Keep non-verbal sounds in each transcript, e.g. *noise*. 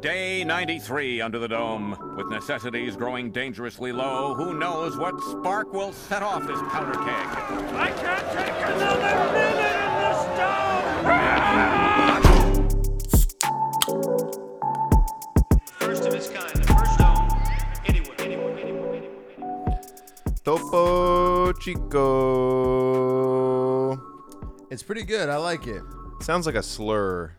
Day 93 under the dome. With necessities growing dangerously low, who knows what spark will set off this powder keg? I can't take another minute in this town! First of its kind, the first dome anywhere, anywhere, anywhere, anywhere, anywhere. Topo Chico. It's pretty good. I like it. Sounds like a slur.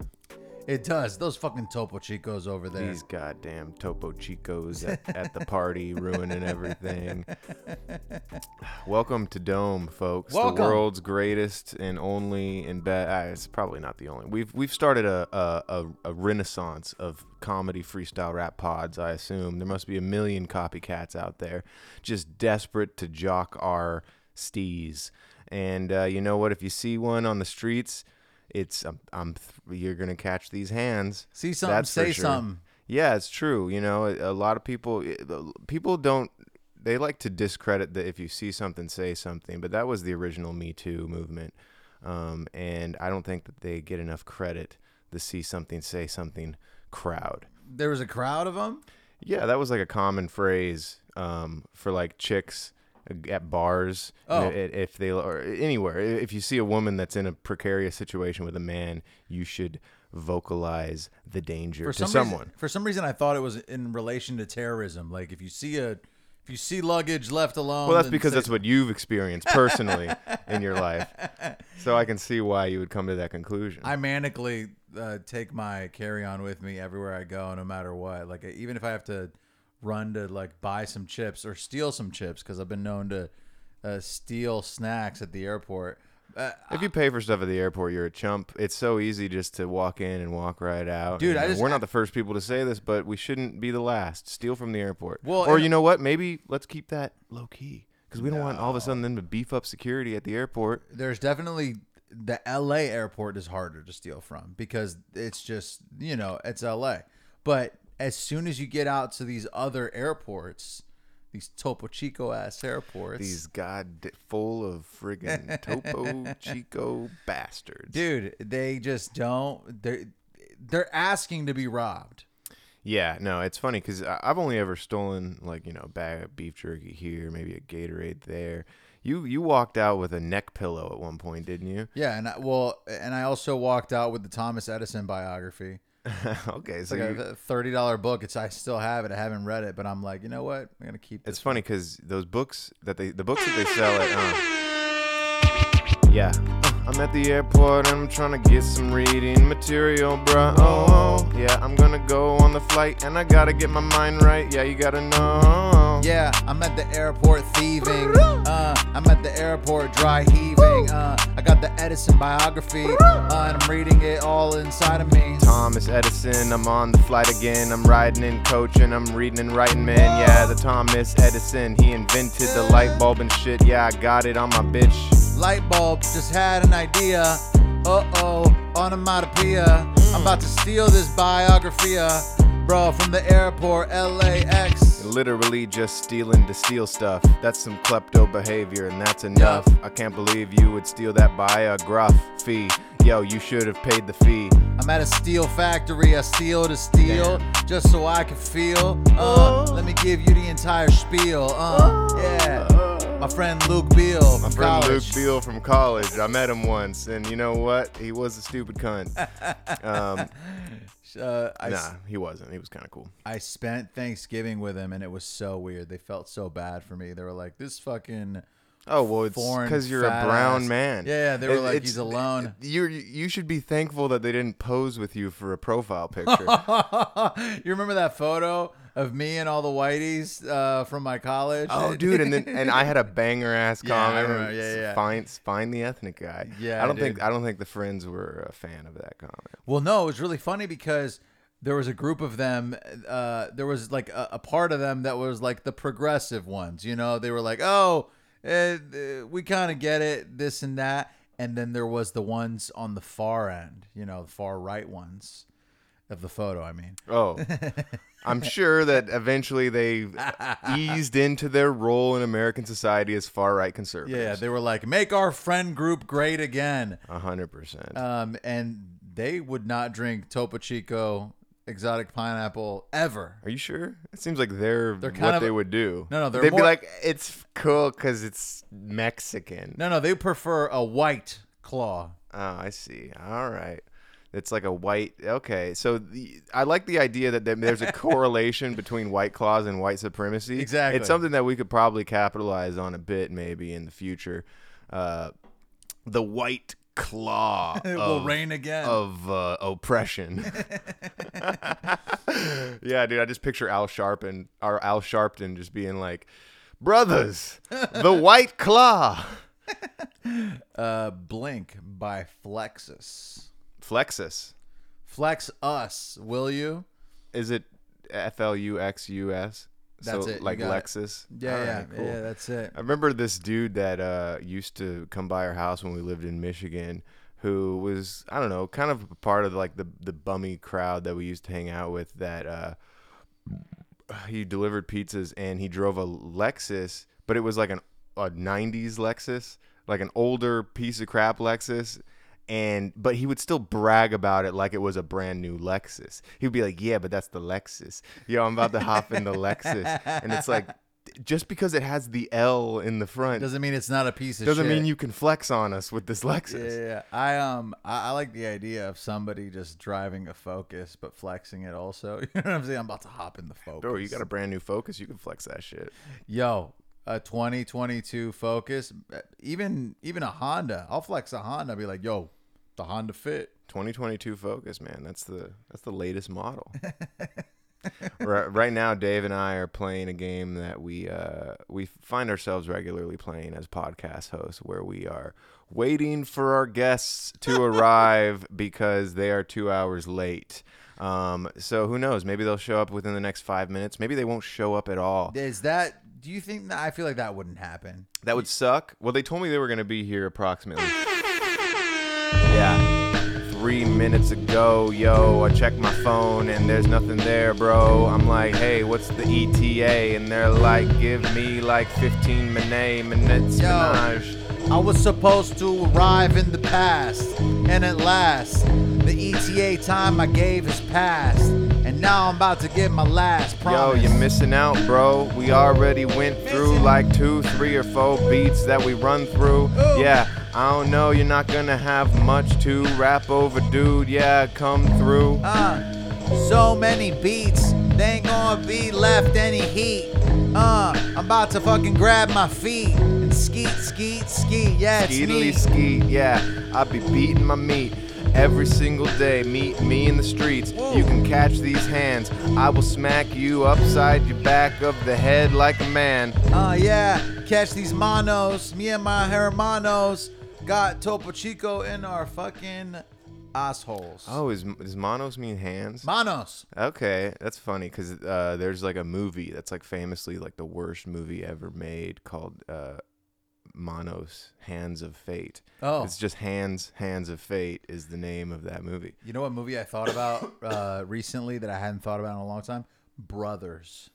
It does. Those fucking Topo Chicos over there. These goddamn Topo Chicos at, at the *laughs* party ruining everything. Welcome to Dome, folks. Welcome. The world's greatest and only and best. it's probably not the only. We've we've started a, a, a, a renaissance of comedy freestyle rap pods. I assume there must be a million copycats out there, just desperate to jock our stees. And uh, you know what? If you see one on the streets, it's I'm, I'm th- you're gonna catch these hands. See something, That's for say sure. something. Yeah, it's true. You know, a a lot of people it- the- people don't they like to discredit the if you see something, say something. But that was the original Me Too movement, um, and I don't think that they get enough credit. The see something, say something crowd. There was a crowd of them. Yeah, that was like a common phrase um, for like chicks at bars. Oh. I- i- If they or anywhere, I- if you see a woman that's in a precarious situation with a man, you should vocalize the danger For to some someone. Reason, for some reason, I thought it was in relation to terrorism. Like if you see a, if you see luggage left alone. Well, that's then because say- that's what you've experienced personally in *laughs* your life. So I can see why you would come to that conclusion. I manically uh, take my carry on with me everywhere I go, no matter what. Like even if I have to run to like buy some chips or steal some chips, because I've been known to uh, steal snacks at the airport. Uh, if you pay for stuff at the airport, you're a chump. It's so easy just to walk in and walk right out. Dude, And I just- we're not the first people to say this, but we shouldn't be the last. Steal from the airport. Well, or and- you know what? Maybe let's keep that low key because we don't want all of a sudden them to beef up security at the airport. there's definitely the LA airport is harder to steal from because it's just, you know, it's LA. But as soon as you get out to these other airports, these Topo Chico ass airports, These god full of friggin' *laughs* topo chico bastards. dude, they just don't they they're asking to be robbed. Yeah, no, it's funny because I've only ever stolen like you know a bag of beef jerky here, maybe a Gatorade there. You you walked out with a neck pillow at one point, didn't you? *laughs* Yeah, and I, well, and I also walked out with the Thomas Edison biography. okay, so It's like you- a thirty dollar book. It's I still have it. I haven't read it, but I'm like, you know what? I'm gonna keep it's this. funny because those books that they the books that they sell at uh, yeah. Uh, I'm at the airport, I'm trying to get some reading material, bruh. Oh, oh, yeah, I'm gonna go on the flight and I gotta get my mind right. Yeah, you gotta know. Yeah, I'm at the airport thieving. Uh, I'm at the airport dry heaving. Uh, I got the Edison biography, uh, and I'm reading it all inside of me. Thomas Edison, I'm on the flight again. I'm riding in coach and I'm reading and writing, man. Yeah, the Thomas Edison, he invented the light bulb and shit. Yeah, I got it on my bitch. Light bulb just had an idea. Uh oh, onomatopoeia. I'm about to steal this biography, uh, bro, from the airport LAX. Literally just stealing to steal stuff. That's some klepto behavior, and that's enough. I can't believe you would steal that by a gruff fee. Yo, you should have paid the fee. I'm at a steel factory, I steal to steal, just so I can feel. Uh, Oh. let me give you the entire spiel. Uh, yeah. My friend Luke Beal. My from friend college. Luke Beal from college, I met him once, and you know what? He was a stupid cunt. Um, Uh, I, nah, he wasn't. He was kind of cool. I spent Thanksgiving with him, and it was so weird. They felt so bad for me. They were like, "This fucking *laughs* Oh well, it's foreign because you're a fat brown ass. man. Yeah, they were like, it's- he's alone. You you should be thankful that they didn't pose with you for a profile *laughs* picture. you remember that photo of me and all the whiteys uh, from my college? oh, dude, and then and I had a banger ass *laughs* Yeah, I comment. remember, yeah, yeah. Find find the ethnic guy. Yeah, I don't dude. think I don't think the friends were a fan of that comment. Well, no, it was really funny because there was a group of them. Uh, there was like a, a part of them that was like the progressive ones. You know, they were like, "Oh, eh, eh, we kind of get it, this and that." And then there was the ones on *laughs* the far end. You know, the far right ones of the photo. I mean, Oh, I'm sure that eventually they eased into their role in American society as far right conservatives. Yeah, they were like, make our friend group great again. A hundred percent. Um, and they would not drink Topo Chico exotic pineapple ever. Are you sure? It seems like they're, kind what of- they would do. No, no, they're they'd more- be like, it's cool because it's Mexican. No, no, they prefer a white claw. Oh, I see. All right. It's like a white. Okay, so the, I like the idea that, that there's *laughs* a correlation between white claws and white supremacy. Exactly. it's something that we could probably capitalize on a bit, maybe in the future. Uh, the white *laughs* claw It of, will rain *laughs* again. of uh, oppression. *laughs* yeah, dude, I just picture Al Sharpton, or Al Sharpton, just being like, "Brothers, *laughs* the white claw." Uh, Blink by Flexus. Flexus. Flex us, will you? Is it F L U X U S? That's so, it, you Like got it. Lexus. Yeah, All yeah, right, cool. yeah. That's it. I remember this dude that uh, used to come by our house when we lived in Michigan, who was I don't know, kind of a part of like the the bummy crowd that we used to hang out with. That uh, he delivered pizzas and he drove a Lexus, but it was like an a '90s Lexus, like an older piece of crap Lexus. And but he would still brag about it like it was a brand new Lexus. He'd be like, "Yeah, but that's the Lexus. Yo, I'm about to hop in the Lexus." And it's like, just because it has the L in the front doesn't, Doesn't mean it's not a piece of shit. mean you can flex on us with this Yeah, Lexus. yeah, yeah. I um, I, I like the idea of somebody just driving a Focus but flexing it also. *laughs* You know what I'm saying? I'm about to hop in the Focus. Bro, you got a brand new Focus, you can flex that shit. Yo, a 2022 Focus, eh, even even a Honda. I'll flex a Honda. be like, yo, the Honda Fit. 2022 Focus, man. That's the that's the latest model. right, right now, Dave and I are playing a game that we uh, we find ourselves regularly playing as podcast hosts, where we are waiting for our guests to arrive because they are two hours late. Um, so who knows? Maybe they'll show up within the next five minutes. Maybe they won't show up at all. Is that? Do you think? that- I feel like that wouldn't happen. That would suck. Well, they told me they were going to be here *laughs* approximately. Yeah. Three minutes ago, yo, I checked my phone and there's nothing there, bro. I'm like, hey, what's the ETA? And they're like, give me like 15 minute minutes, Yo. menage. I was supposed to arrive in the past, and at last, the ETA time I gave is past, and now I'm about to get my last Yo, promise. you're missing out, bro. We already went through Missing- like two, three, or four beats that we run through. Yeah, I don't know, you're not gonna have much to rap over, dude. Yeah, come Oh. through. Uh, so many beats, they ain't gonna be left any heat. Uh, I'm about to fucking grab my feet and skeet, skeet, skeet. Yeah, it's Skeetily me. skeet, yeah. I be beating my meat every single day. Meet me in the streets. You can catch these hands. I will smack you upside your back of the head like a man. Uh, yeah, catch these monos. Me and my hermanos got Topo Chico in our fucking assholes. Oh, is does monos mean hands? Manos. Okay, that's funny because uh, there's like a movie that's like famously like the worst movie ever made called uh, Monos Hands of Fate. Oh. it's just Hands Hands of Fate is the name of that movie. You know what movie I thought about uh, recently that I hadn't thought about in a long time? Brothers.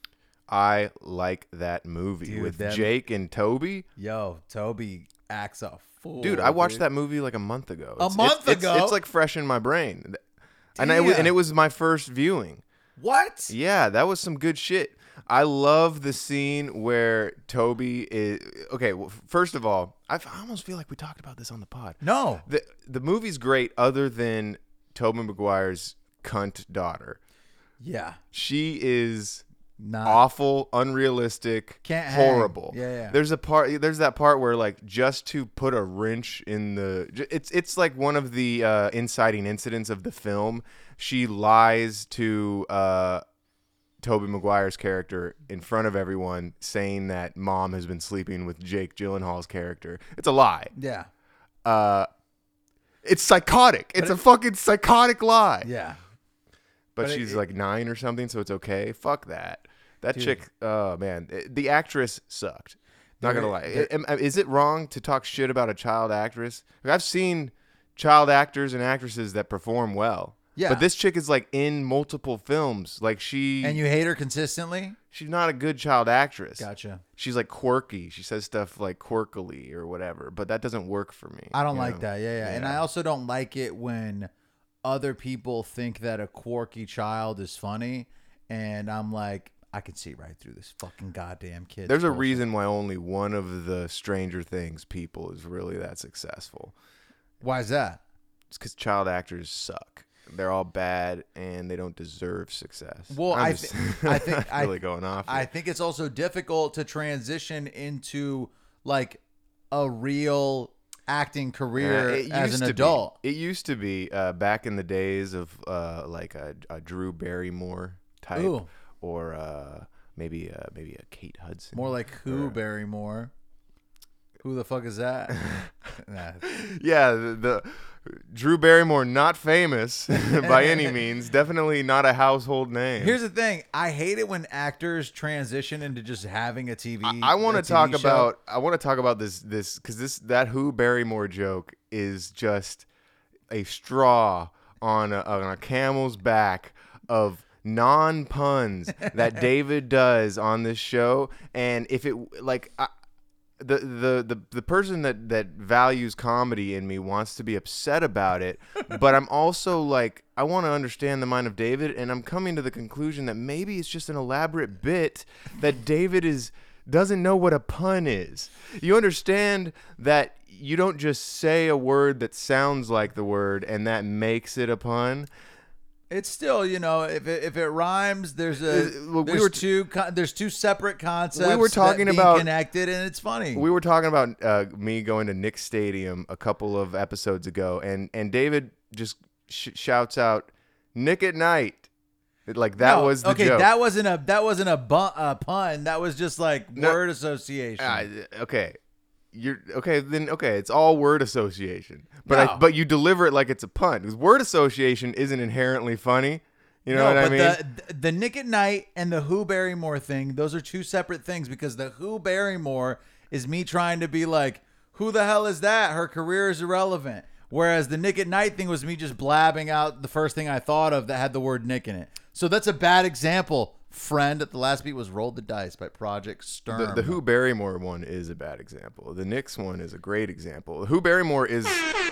I like that movie Dude, with them- Jake and Toby. Yo, Toby acts a fool. Dude, I watched that movie like a month ago. It's- it's- month it's- ago? It's like fresh in my brain. Th- And I, and Damn. it was my first viewing. What? Yeah, that was some good shit. I love the scene where Toby is okay. Well, f- first of all, I've, I almost feel like we talked about this on the pod. No. the the movie's great, other than Toby Maguire's cunt daughter. Yeah. She is Not. awful, unrealistic, Can't hang. horrible. Yeah, yeah. There's a part. There's that part where like just to put a wrench in the. j- It's it's like one of the uh, inciting incidents of the film. She lies to. Uh, Toby Maguire's character in front of everyone saying that mom has been sleeping with Jake Gyllenhaal's character. It's a lie. Yeah. Uh, it's psychotic. It's a fucking psychotic lie Yeah. but, But it- she's it- like nine or something, so it's okay. Fuck that. That chick, oh man, It- the actress sucked. Not gonna lie. I- am- Is it wrong to talk shit about a child actress? Like, I've seen child actors and actresses that perform well. Yeah. But this chick is like in multiple films. Like she and you hate her consistently? she's not a good child actress. Gotcha. She's like quirky. She says stuff like quirkily or whatever, but that doesn't work for me. I don't you like know? that. Yeah, yeah, And I also don't like it when other people think that a quirky child is funny, and I'm like, I can see right through this fucking goddamn kid. There's a reason why only one of the Stranger Things people is really that successful. Why is that? It's because child actors suck. They're all bad and they don't deserve success. *laughs* Well, I'm I just thi- I think- I- really going off. I here. think it's also difficult to transition into like a real acting career Uh, it as used an to be- adult. it used to be uh, back in the days of uh, like a, a Drew Barrymore type, Ooh. or uh, maybe uh, maybe a Kate Hudson. More like who Barrymore? Who the fuck *laughs* is that? Nah. *laughs* yeah, the, the Drew Barrymore, not famous *laughs* by *laughs* any means, definitely not a household name. Here's the thing: I hate it when actors transition into just having a TV. I, I want a to TV talk show. about I want to talk about this this because this that who Barrymore joke is just a straw on a, on a camel's back of non puns that David does on this show, and if it like. I, the, the, the, the person that, that values comedy in me wants to be upset about it, but I'm also like, I want to understand the mind of David, and I'm coming to the conclusion that maybe it's just an elaborate bit that David is doesn't know what a pun is. You understand that you don't just say a word that sounds like the word and that makes it a pun. It's still, you know, if it, if it rhymes, there's a Uh, well, we there's were t- two con- there's two separate concepts. We were that talking being about- connected, and it's funny. We were talking about uh, me going to Nick's Stadium a couple of episodes ago, and and David just sh- shouts out Nick at night, It- like that No, was the Oh, okay. joke. That wasn't a that wasn't a, bu- a pun. That was just like No. word association. Uh, okay. You're okay. Then okay, it's all word association, but I, No. but you deliver it like it's a pun because word association isn't inherently funny. You know no, what I but mean? the the Nick at Night and the Who Barrymore thing, those are two separate things because the Who Barrymore is me trying to be like, who the hell is that? Her career is irrelevant. Whereas the Nick at Night thing was me just blabbing out the first thing I thought of that had the word Nick in it. So that's a bad example, friend. The last beat was "Rolled the Dice" by Project Stern. The, the Who Barrymore one is a bad example. The Knicks one is a great example. The Who Barrymore is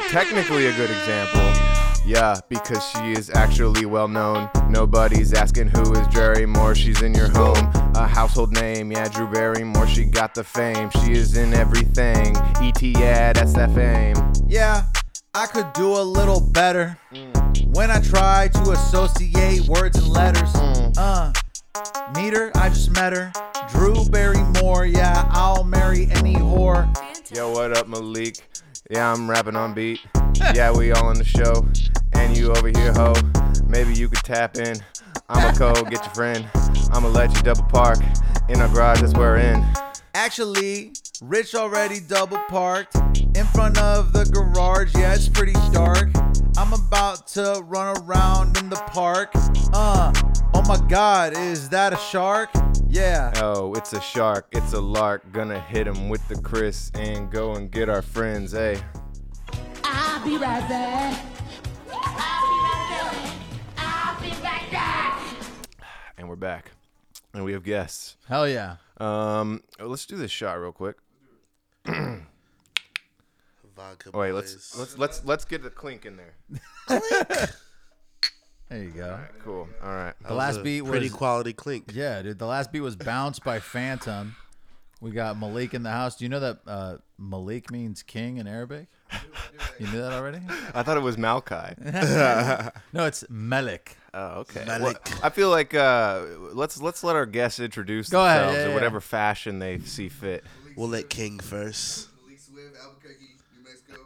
technically a good example. Yeah, because she is actually well known. Nobody's asking who is Jerry Moore. She's in your home, a household name. Yeah, Drew Barrymore. She got the fame. She is in everything. ET, yeah, that's that fame. Yeah, I could do a little better when I try to associate words and letters. Uh, meet her, I just met her. Drew Barrymore, yeah, I'll marry any whore. Yo, what up, Malik? Yeah, I'm rapping on beat. Yeah, we all in the show. And you over here, ho. Maybe you could tap in. I'm a code, get your friend. I'ma let you double park in our garage that's we're in. Actually, Rich already double parked in front of the garage. Yeah, it's pretty dark. I'm about to run around in the park. Uh, oh my god, is that a shark? Yeah. Oh, it's a shark, it's a lark. Gonna hit him with the Chris and go and get our friends, hey. I'll be right back. I'll be right back. I'll be right back. And we're back. And we have guests. Hell yeah. Um, let's do this shot real quick. Vodka Oh, wait, boys. let's let's let's let's get the clink in there. There you go. Cool. All right. The last beat was pretty quality clink. Yeah, dude. The last beat was "Bounce" by Phantom. We got Malik in the house. Do you know that uh, Malik means king in Arabic? You knew that already? I thought it was Malachi. No, it's Melik. Oh, okay. Malik. Well, I feel like uh, let's let's let our guests introduce Go ahead, themselves yeah, yeah. in whatever fashion they see fit. We'll let King first. Malik Swift, Albuquerque, New Mexico.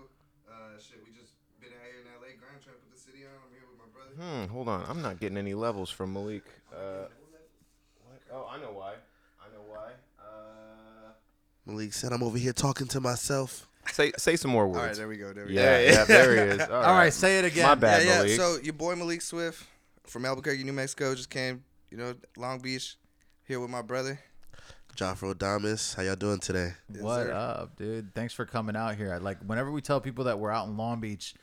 Uh, shit, we just been out here in LA, grind trying to put the city on. I'm here with my brother. Hmm, hold on, I'm not getting any levels from Malik. Uh, what? Oh, I know why. I know why. Uh, Malik said, "I'm over here talking to myself." say say some more words. All right, there we go. There we go. yeah, yeah, there he is. All right, All right, say it again. my bad, yeah, Malik. yeah. So your boy Malik Swift from Albuquerque, New Mexico, just came, you know, Long Beach, here with my brother. Joffro Adamas, how y'all doing today? What up, dude? Thanks for coming out here. I- Like, whenever we tell people that we're out in Long Beach,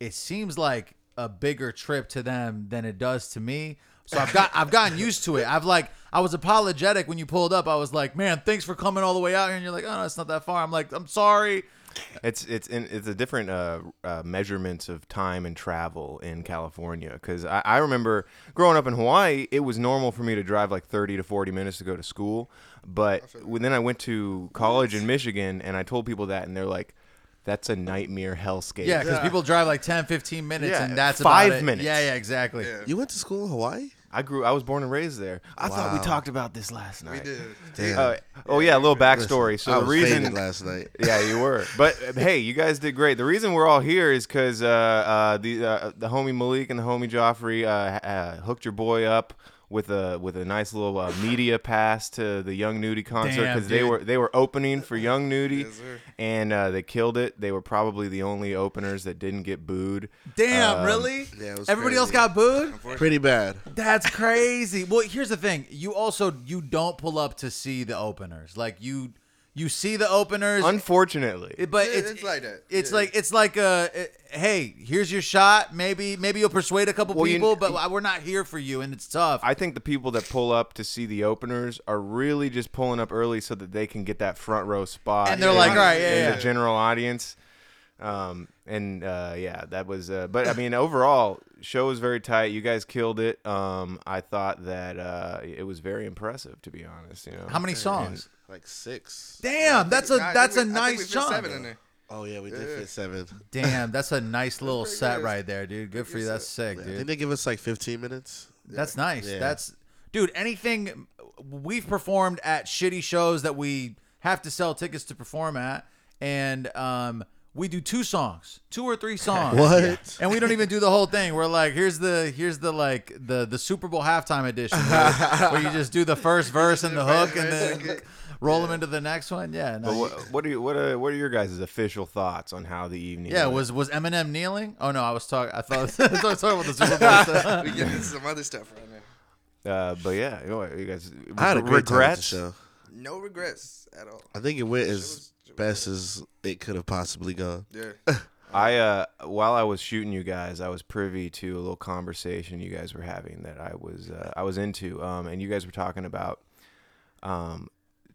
it seems like a bigger trip to them than it does to me. So I've got I've gotten used to it. I've like I was apologetic when you pulled up. I was like, man, thanks for coming all the way out here. And you're like, oh, no, it's not that far. I'm like, I'm sorry. It's it's in, it's a different uh, uh, measurements of time and travel in California because I, I remember growing up in Hawaii, it was normal for me to drive like thirty to forty minutes to go to school, but when, then I went to college in Michigan and I told people that and they're like, "That's a nightmare hellscape." Yeah, because people drive like 10, 15 minutes, Yeah, and that's five about it. minutes. Yeah, yeah, exactly. You went to school in Hawaii? I grew I was born and raised there. I thought we Wow. talked about this last night. Dude, Damn. Uh, oh yeah, a little backstory. I So the was reason faded last night. yeah, you were. But uh, hey, you guys did great. The reason we're all here is because uh, uh, the uh, the homie Malik and the homie Joffrey uh, uh, hooked your boy up with a with a nice little uh, media pass to the Young Nudie concert Damn, because they dude. were they were opening for Young Nudie Yes, sir. and uh, they killed it. They were probably the only openers that didn't get booed. Damn, Um, really? yeah, it was Everybody crazy. else got booed? Pretty bad. That's crazy. Well, here's the thing. You also you don't pull up to see the openers. Like you you see the openers, Unfortunately, but Yeah, it's, it's like that. It's Yeah. like it's like uh it- hey, here's your shot. Maybe maybe you'll persuade a couple Well, you- people, but we're not here for you, and it's tough. I think the people that pull up to see the openers are really just pulling up early so that they can get that front row spot. And they're like, in- "All right, yeah, in yeah." the general audience. Um, and uh, yeah, that was. Uh, but I mean, overall, show was very tight. You guys killed it. Um, I thought that uh, it was very impressive, to be honest. You know, How many songs? Like six. Damn, that's a Nah, I that's a think we- I think we nice fit chunk. seven in *laughs* there. Oh yeah, we did fit seven. Damn, that's a nice little set good. right there, dude. Good for you. That's sick, Yeah, I dude. think they give us like 15 minutes. That's nice. Yeah. That's dude. Anything we've performed at shitty shows that we have to sell tickets to perform at, and um, we do two songs, two or three *laughs* songs. What? And we don't even do the whole thing. We're like, here's the here's the like the the Super Bowl halftime edition, where, *laughs* where you just do the first verse and the hook, and then roll them into the next one. Yeah. No, But what, what are you, what are what are your guys' official thoughts on how the evening? yeah. went? Was was Eminem kneeling? Oh no, I was talking. I thought *laughs* I was talking about the Super *laughs* Bowl. set. We getting some other stuff right now. uh, but yeah, you, know, what, you guys. I had a great time at the regrets. show. No regrets at all. I think it went as best as it could have possibly gone. Yeah. I uh while I was shooting you guys, I was privy to a little conversation you guys were having that I was uh, I was into um and you guys were talking about um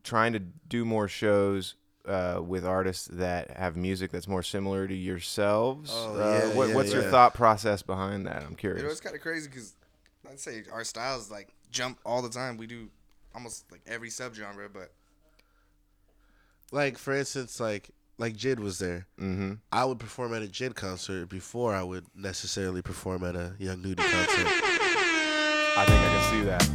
trying to do more shows uh, with artists that have music that's more similar to yourselves. Oh, Uh, yeah, what, yeah, what's your yeah. thought process behind that? I'm curious. You know, it's kind of crazy because I'd say our styles like jump all the time. We do almost like every subgenre, but Like for instance, like like Jid was there. mm-hmm. I would perform at a Jid concert before I would necessarily perform at a Young Nudie concert. I think I can see that.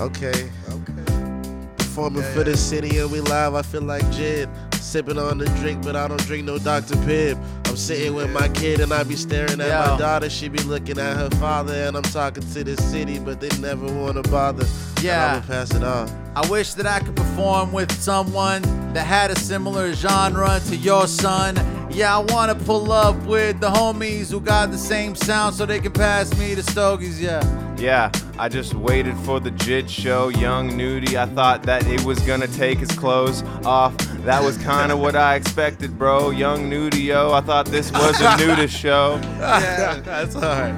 Okay, okay. performing for the city and we live. I feel like Jid, sipping on the drink, but I don't drink no Dr Pibb. I'm sitting with my kid and I be staring at Yeah. my daughter. She be looking at her father and I'm talking to the city, but they never wanna bother. Yeah. I'm pass it on. I wish that I could perform with someone that had a similar genre to your son. Yeah, I wanna pull up with the homies who got the same sound so they can pass me the stogies, yeah. Yeah, I just waited for the Jid show, young nudie. I thought that it was gonna take his clothes off. That was kind of what I expected, bro. Young nudie, yo. I thought this was a *laughs* nudist show. That's hard.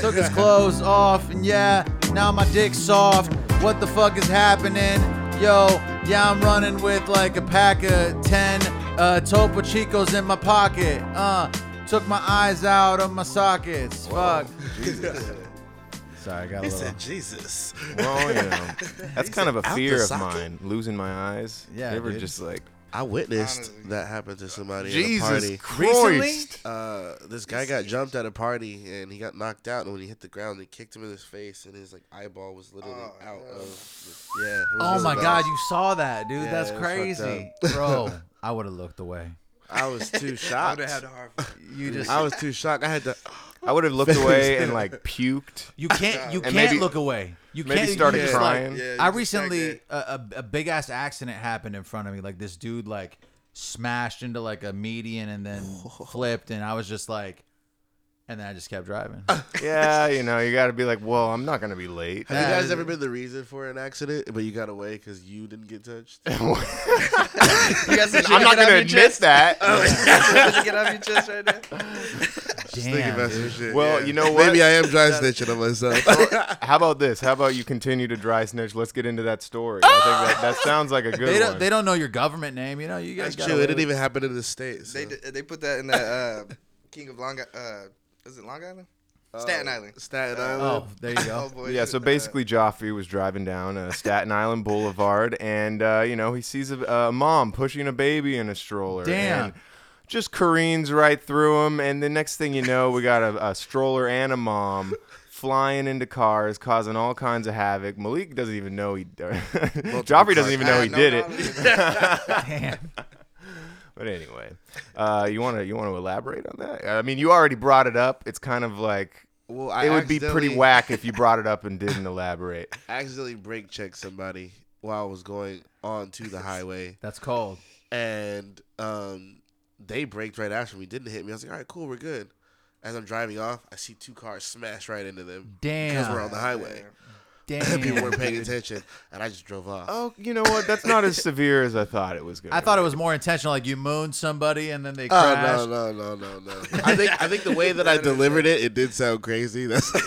Took his clothes off, and yeah, now my dick's soft. What the fuck is happening? Yo, yeah, I'm running with like a pack of 10 uh, Topo Chicos in my pocket. Uh, took my eyes out of my sockets. Fuck. Sorry, I got a He little. said Jesus. Well, *laughs* you know, that's kind of a out fear the of socket? mine, losing my eyes. Yeah, you ever dude. just like I witnessed Honestly. that happen to somebody at a Jesus party. Christ. Uh, this guy got jumped at a party and he got knocked out. And when he hit the ground, they kicked him in his face, and his like eyeball was literally Oh, out no. of. The, yeah. it was Oh really my bad. god, you saw that, dude. Yeah, That's it was fucked crazy. *laughs* Bro, I would have looked away. I was *laughs* too I shocked. would have had a hard fight. *laughs* You just I was too shocked. I had *laughs* to. I would have looked *laughs* away and like puked. you *laughs* can't you can't And maybe- look away. You maybe can't started you just, crying. like- Yeah, you I just recently like a, a, a big ass accident happened in front of me. Like this dude like smashed into like a median and *laughs* then flipped and I was just like and then I just kept *laughs* driving. Yeah, you know, you gotta be like, well, I'm not gonna be late. Have you guys Yeah. ever been the reason for an accident, but you got away because you didn't *laughs* get touched? You got some shit I'm get off not *laughs* gonna your admit chest? *laughs* that. *laughs* Oh, you got some shit to get off your chest right now. just thinking about some dude. shit. Well, yeah. you know Maybe what? I am dry snitching on *laughs* myself. How about this? How about you continue to dry snitch? Let's get into that story. I think that, that sounds like a good They one. don't, they don't know your government name, you know. You guys That's got true. away It didn't with- even happen in the states. They so. d- they put that in that uh, *laughs* King of Long Island. Uh, is it Long Island? Staten Island. Staten Oh, Island. there you Oh *laughs* go. boy. yeah, so Uh, basically, Joffrey was driving down uh, Staten Island Boulevard, and uh, you know he sees a, a mom pushing a baby in a stroller. Damn. And just careens right through him, and the next thing you know, we got a, a stroller and a mom flying into cars, causing all kinds of havoc. Malik doesn't even know he. *laughs* Joffrey doesn't even I know had he no did it. knowledge of Damn. But anyway, uh, you want to you want to elaborate on that? I mean, you already brought it up. It's kind of like Well, I it would be pretty accidentally- whack if you brought it up and didn't elaborate. I accidentally brake checked somebody while I was going onto the highway, That's *laughs* cold. and um, they braked right after me. Didn't hit me. I was like, all right, cool, we're good. As I'm driving off, I see two cars smash right into them because Damn. we're on the highway. Damn. *laughs* People weren't paying attention, and I just drove off. *laughs* Oh, you know what? That's not as severe as I thought it was going. I thought it was more intentional. Like you mooned somebody and then they Oh crashed. no no no no no! I think I think the way that I delivered it, it did sound crazy. *laughs* That's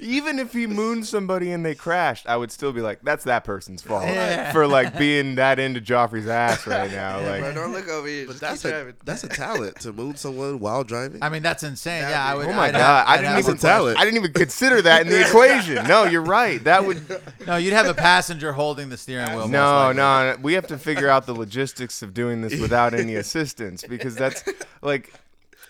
Even if he mooned somebody and they crashed, I would still be like, "That's that person's fault Yeah. for like being that into Joffrey's ass right now." Bro, *laughs* Like, don't look over here. but Just that's keep a driving. that's a talent to moon someone while driving. I mean, that's insane. That'd yeah, I be- would. oh my I'd have- god, I I'd didn't have even a- talent. I didn't even consider that in the *laughs* equation. No, you're right. That would No, you'd have a passenger holding the steering wheel. most No, likely. no, no, we have to figure out the logistics of doing this without any assistance because that's like,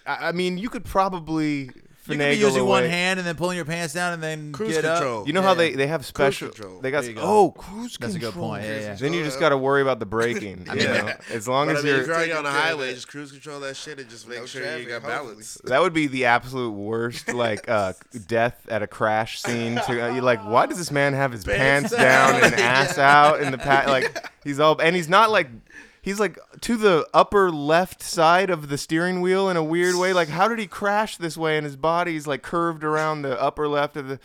I, I mean, you could probably You finagle could be using a one way- hand and then pulling your pants down and then Cruise get control. up. You know how they, they have special. control. They got There you go. oh cruise That's a good control. point. Yeah, Uh, yeah. Then you just got to worry about the *laughs* braking. you know? As long But as I mean, you're, if you're already taking on the care of highway, that. just cruise control that shit and just make No sure traffic, you got hopefully. balance. that would be the absolute worst like uh, death at a crash scene. To uh, you're like, why does this man have his pants, down and ass out in the pa- like he's all and he's not like. He's like to the upper left side of the steering wheel in a weird way. Like, how did he crash this way? And his body's like curved around the upper left of the.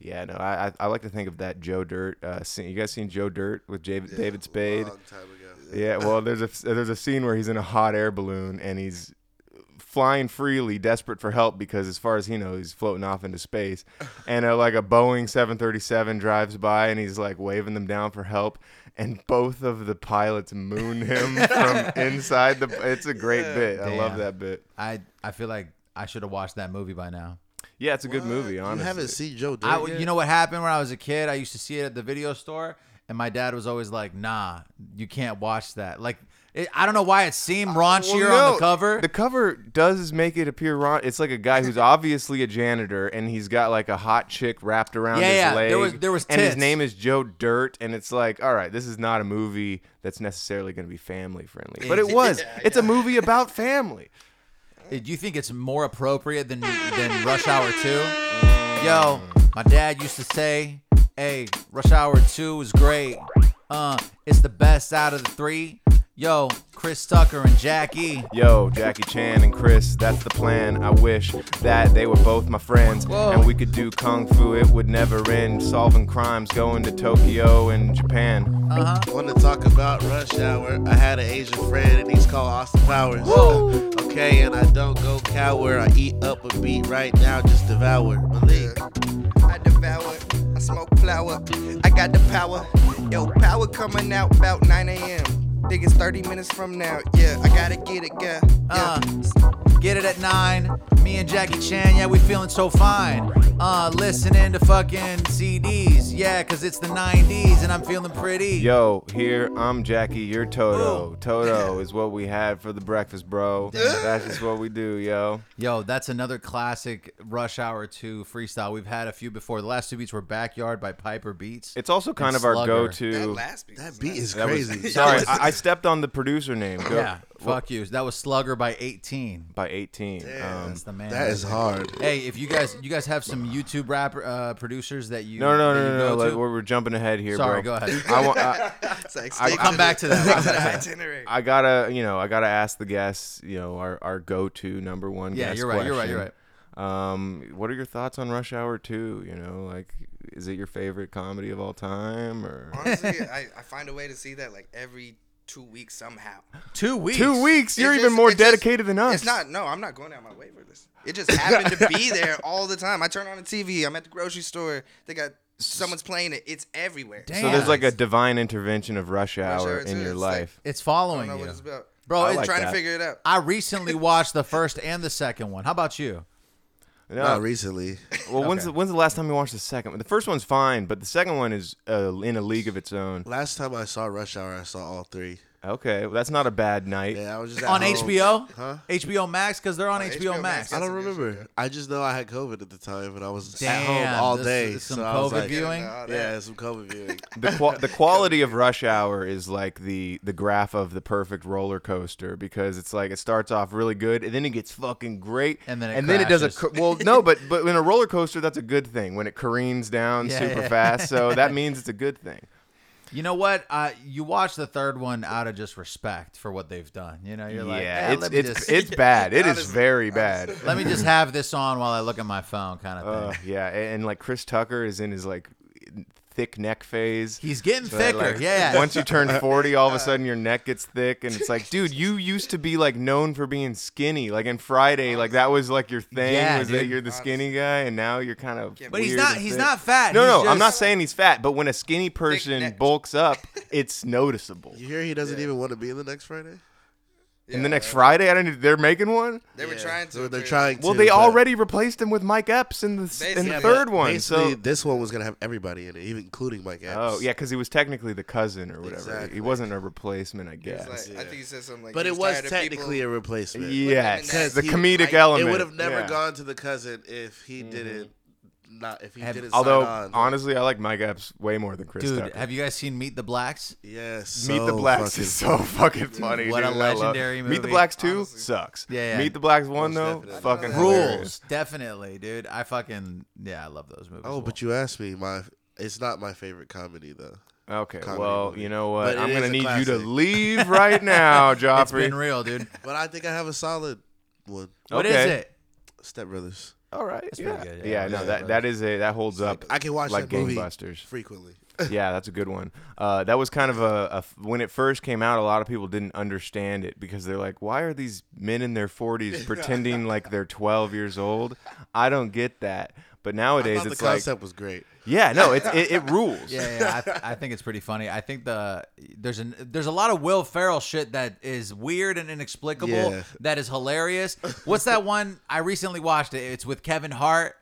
Yeah, no, I I, I like to think of that Joe Dirt uh, scene. You guys seen Joe Dirt with Jav- David Spade? Long time ago. Yeah, well, there's a there's a scene where he's in a hot air balloon and he's flying freely, desperate for help because, as far as he knows, he's floating off into space. And uh, like a Boeing 737 drives by and he's like waving them down for help, and both of the pilots moon him from inside the. It's a great bit. I love Damn. that bit. I I feel like I should have watched that movie by now. Yeah, it's a good movie. Honestly, You haven't seen Joe Dirt I would- yet? you know what happened when I was a kid? I used to see it at the video store, and my dad was always like, "Nah, you can't watch that." Like, it, I don't know why it seemed raunchier Uh, Well, on no, the cover. The cover does make it appear wrong. It's like a guy who's obviously a janitor, and he's got like a hot chick wrapped around Yeah, his yeah, leg. there was- there was and his tits. name is Joe Dirt, and it's like, all right, this is not a movie that's necessarily going to be family friendly, but it was. It's a movie about family. Uh, Do you think it's more appropriate than than Rush Hour Two? Yo, my dad used to say, "Hey, Rush Hour Two is great. Uh, it's the best out of the three. Yo, Chris Tucker and Jackie. Yo, Jackie Chan and Chris, that's the plan. I wish that they were both my friends and we could do kung fu. It would never end. Solving crimes, going to Tokyo and Japan. Want to talk about rush hour? I had an Asian friend and he's called Austin Powers. okay, and I don't go cower. I eat up a beat right now, just devour. Malik, I devour, I smoke flour, I got the power. Yo, power coming out about 9 a.m. Think it's 30 minutes from now. Yeah, I gotta get it, yeah. Uh, get it at nine. Me and Jackie Chan, yeah, we feeling so fine. Uh, listening to fucking CDs, yeah, cause it's the 90s and I'm feeling pretty. Yo, here I'm Jackie. You're Toto. Toto is what we had for the breakfast, bro. That's just what we do, yo. Yo, that's another classic Rush Hour 2 freestyle. We've had a few before. The last two beats were Backyard by Piper Beats. It's also kind And of our Slugger. That go-to. last beat. that was beat nice. is That was- crazy. *laughs* *laughs* sorry, I, I stepped on the producer name. Go, yeah, fuck you. That was Slugger by 18. By 18. Um, That's the man. that is hard. Hey, if you guys you guys have some YouTube rapper uh, producers that you no, no, that no, you no, go no. Like, to? we're, we're jumping ahead here, Sorry, bro. go ahead. I, want, I, It's like I- stick Come back *laughs* to that. the itinerary. I gotta, you know, I gotta ask the guests, you know, our, our go-to number one. Yeah, guest you're right, you're right, you're question. Um, what are your thoughts on Rush Hour 2? You know, like, is it your favorite comedy of all time, or? Honestly, I, I find a way to see that like every two weeks somehow. Two weeks. Two weeks. It You're even just- more it just- dedicated than us. It's not. No, I'm not going out my way for this. It just happened to *laughs* be there all the time. I turn on the TV. I'm at the grocery store. They got someone's playing it. It's everywhere. Damn. So there's like a divine intervention of rush hour hour, in too. your It's like- life. It's I following don't know you. what it's about. Bro, I'm I like trying that. to figure it out. I recently watched the first and the second one. How about you? No, Not recently. well, when's okay. the, when's the last time you watched the second one? The first one's fine, but the second one is uh, in a league of its own. Last time I saw Rush Hour, I saw all three. Okay, well, that's not a bad night. Yeah, I was just at on home. HBO? Huh? HBO Max? Because they're on Uh, HBO, HBO Max. Max. I That's don't a good remember. I just know I had COVID at the time, and I was at Damn, home all this day. is some so I was COVID like, viewing? All that. Yeah, some COVID *laughs* viewing. The, qua *laughs* the quality of rush hour is like the the graph of the perfect roller coaster because it's like it starts off really good and then it gets fucking great And then it and then it does a crashes. cr- well *laughs* no but but in a roller coaster that's a good thing when it careens down Yeah, super yeah. fast so that *laughs* means it's a good thing. You know what? Uh, you watch the third one out of just respect for what they've done. You know, you're like, yeah, "Eh, it's let me it's just *laughs* it's bad. It is Honestly, very bad. let me just have this on while I look at my phone, kind of thing. Uh, yeah, and, and like Chris Tucker is in his like thick neck phase. He's getting So, thicker. like, yeah, yeah. Once you *laughs* turn 40, all of a sudden your neck gets thick, and it's like, dude, you used to be like known for being skinny. Like in Friday, like that was like your thing. Yeah, was that dude. you're the skinny guy, and now you're kind of. but he's weird not. and He's thick. not fat. No, He's no, I'm not just- saying he's fat, but when a skinny person neck. bulks *laughs* up, it's noticeable. You hear he doesn't even want to be in the next Friday? and the next Friday, I don't. know- They're making one. They were trying to. So they're but trying to. Well, they but already replaced him with Mike Epps in the in Basically, the yeah, third one. Basically, So this one was going to have everybody in it, even including Mike Epps. Oh yeah, because he was technically the cousin or whatever. He Exactly. wasn't a replacement, I it's guess. Like, Yeah. I think you said something like. But he it was tired of technically people- a replacement. yes, Because the he- comedic like, element. It would have never yeah. Mm-hmm. gone to the cousin if he didn't. Not if he Have- didn't. Although sign on. honestly, I like Mike Epps way more than Chris Dude, Tucker. have you guys seen Meet the Blacks? yes, Meet the so Blacks *laughs* fucking- is so fucking funny. what a dude. I love- legendary Meet the movie. Blacks two sucks. Yeah, yeah. Meet the Blacks one Most though, definitely. fucking I Rules, hilarious. definitely, dude. I fucking yeah, I love those movies. Oh, but you asked me my. It's not my favorite comedy though. Okay, Comedy well movie. you know what? But it I'm is gonna a need you to classic. leave right now, it's Joffrey. been *laughs* real, dude. But I think I have a solid one. What is Okay. it? Step Brothers. All right, yeah. pretty good, yeah. yeah, no, that that is a that holds up. I can watch like that movie gangbusters. frequently. *laughs* yeah, that's a good one. Uh, that was kind of a, a f- when it first came out, a lot of people didn't understand it because they're like, why are these men in their *laughs* 40s pretending like they're 12 years old? I don't get that. But I nowadays, thought the it's like, concept was great. yeah, no, it, it, *laughs* it rules. Yeah, yeah. I, th- I think it's pretty funny. I think the there's an there's a lot of Will Ferrell shit that is weird and inexplicable. Yeah. That is hilarious. What's that one? I recently watched it. It's with Kevin Hart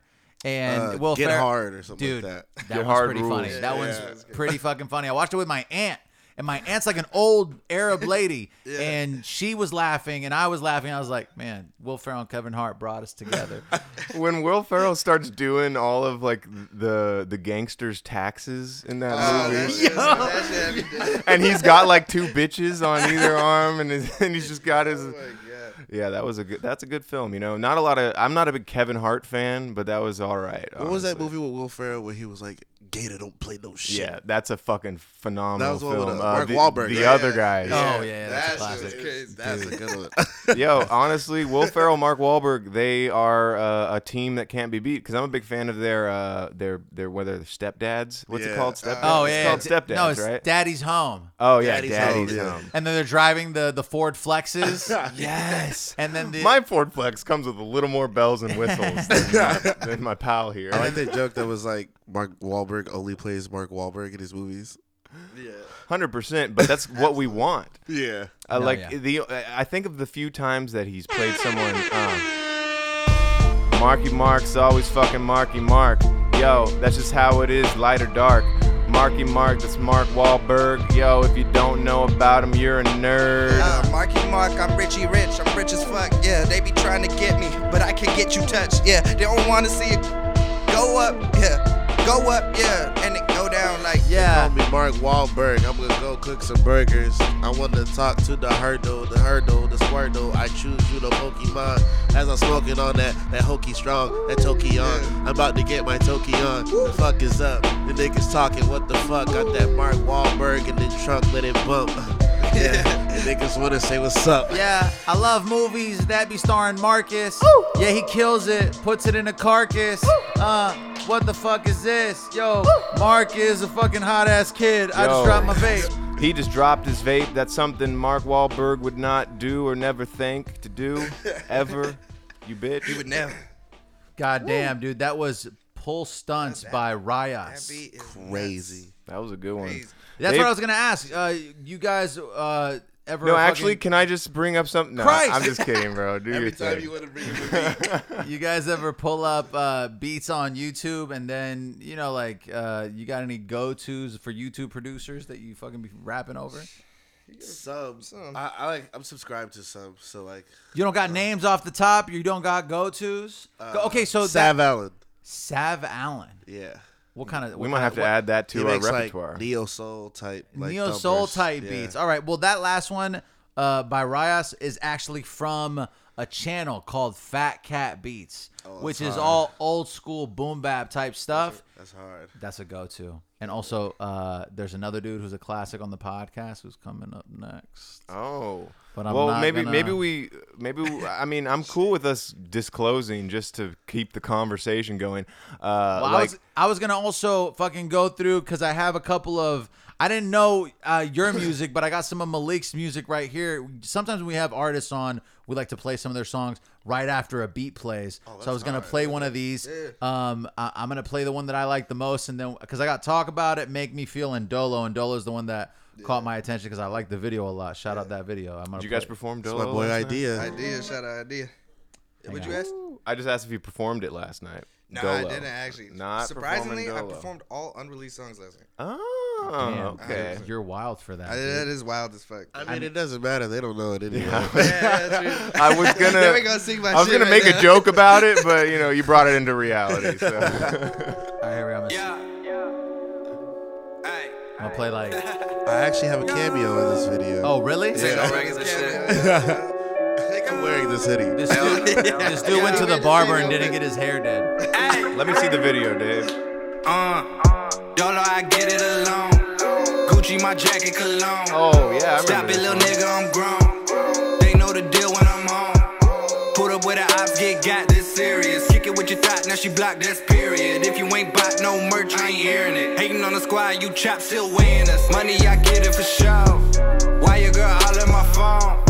and Uh, Will Get Ferrell. Hard or something Dude, like that. that Get one's Hard pretty rules. funny. that Yeah, one's pretty fucking funny. I watched it with my aunt. And my aunt's like an old *laughs* Arab lady, and she was laughing, and I was laughing. I was like, "Man, Will Ferrell and Kevin Hart brought us *laughs* together." When Will Ferrell starts doing all of like the the gangsters' taxes in that Ah, Oh, movie, that shit- that shit had me dead. and he's got like two bitches on either arm, and, his, and he's just got his. Oh, Like, yeah. Yeah, that was a good. That's a good film. You know, not a lot of. I'm not a big Kevin Hart fan, but that was all right. What was that honestly. movie with Will Ferrell where he was like, "Gator don't play no shit." *laughs* Yeah, that's a fucking phenomenal That was one film. with, uh, Uh, Mark the, Wahlberg, the yeah. other guy. Oh, yeah, that's a that shit was classic. crazy. That's a good *laughs* one. *laughs* Yo, honestly, Will Ferrell, Mark Wahlberg, they are uh, a team that can't be beat. Because I'm a big fan of their uh, their their whether their stepdads. What's it Yeah, called? uh, Stepdads. oh It's yeah, called d- stepdads, no, it's right? Daddy's home. oh yeah, Daddy's daddy's Home, yeah. home. and then they're driving the the Ford *laughs* Flexes. Yes. And then the My Ford Flex comes with a little more bells and whistles than, my, than my pal here. I like that joke that was like Mark Wahlberg only plays Mark Wahlberg in his movies. Hundred percent, but that's what we want. Yeah. I *laughs* No, like yeah. the. I think of the few times that he's played someone. Uh, Marky Mark's always fucking Marky Mark. Yo, that's just how it is, light or dark. Marky Mark, that's Mark Wahlberg. Yo, if you don't know about him, you're a nerd. Uh, Marky Mark, I'm Richie Rich, I'm rich as fuck. Yeah, they be trying to get me, but I can get you touched. Yeah, they don't wanna see it go up. Yeah, go up. Yeah, and it go down like Call yeah, me Mark Wahlberg. I'm gonna go cook some burgers. I wanna talk to the hurdle, the hurdle, the squirtle. I choose you the Pokemon. As I'm smoking on that, that hokey strong, that Toki on. I'm about to get my Toki on. The fuck is up? The niggas talking, what the fuck? Got that Mark Wahlberg in the trunk, let it bump. *laughs* Yeah, and niggas wanna say what's up. yeah. I love movies that be starring Marcus. Yeah, he kills it, puts it in a carcass. Uh, what the fuck is this? Yo, Mark is a fucking hot ass kid. I Yo. just dropped my vape. He just dropped his vape. That's something Mark Wahlberg would not do or never think to do ever. You bitch. You would never. God damn, dude, that was pull stunts by That Rios. beat is Crazy. That was a good one. Crazy. That's They- what I was gonna ask. Uh, you guys uh, ever? No, actually, fucking- can I just bring up something? No, Christ! I'm just kidding, bro. Do your Every time thing. you want to bring him a *laughs* beat. you guys ever pull up uh, beats on YouTube and then you know, like, uh, you got any go tos for YouTube producers that you fucking be rapping over? Some, Some. I, I like. I'm subscribed to some. So like You don't got names off the top. You don't got go tos. okay, so Sav that, Allen. Sav Allen. Yeah, What kind of? We might have to add that to he our makes repertoire. like neo soul type, like neo soul thumpers. type Yeah. beats. All right. Well, that last one uh, by Rios is actually from a channel called Fat Cat Beats, which is all old school boom bap type stuff. Oh, That's hard. That's a go to. And also, uh, there's another dude who's a classic on the podcast who's coming up next. Oh. But I'm well, not maybe gonna- maybe we maybe we- I mean I'm cool with us disclosing just to keep the conversation going. Uh, Well, I like was I was gonna also fucking go through because I have a couple of I didn't know uh, *coughs* your music, but I got some of Malik's music right here. Sometimes when we have artists on, we like to play some of their songs right after a beat plays. Oh, so I was gonna play one of these. Um, I, I'm gonna play the one that I like the most, and then because I got talk about it, make me feel and Dolo, and Dolo's the one that caught my attention because I like the video a lot. Shout out that video. I'm gonna did you guys play- perform That's Dolo? my boy last night? idea. Idea, shout out idea. Would you on. ask? I just asked if you performed it last night. No, I Dolo. didn't actually. Not Surprisingly, performing I Dolo. performed all unreleased songs last night. Oh, Damn, okay. dude, You're wild for that. I, dude. that is wild as fuck. I mean, it doesn't matter. They don't know it *laughs* anyway. yeah, *laughs* *laughs* that's true. I was gonna. There we go, sing my I was shit gonna right make a now. joke about it, but you know, you brought it into reality. So. All right, here we go. I'm gonna- Yeah. Hey. I'm gonna play like. I actually have a cameo in this video. Oh, really? No regular shit. I'm wearing this hoodie. This dude, this dude went to the barber and didn't get his hair did. Hey. Let me see the video, Dave. Uh. Dolo, I get it alone. Gucci, my jacket, cologne. Oh yeah, I Stop remember. it, this. little nigga, I'm grown. They know the deal when I'm home. Put up with the ops, get got this serious. Kick it with your thought, now she blocked, that's period. If you ain't bought no merch, I ain't hearing it. Hating on the squad, you chop, still weighing us. Money, I get it for sure. Why your girl all in my phone?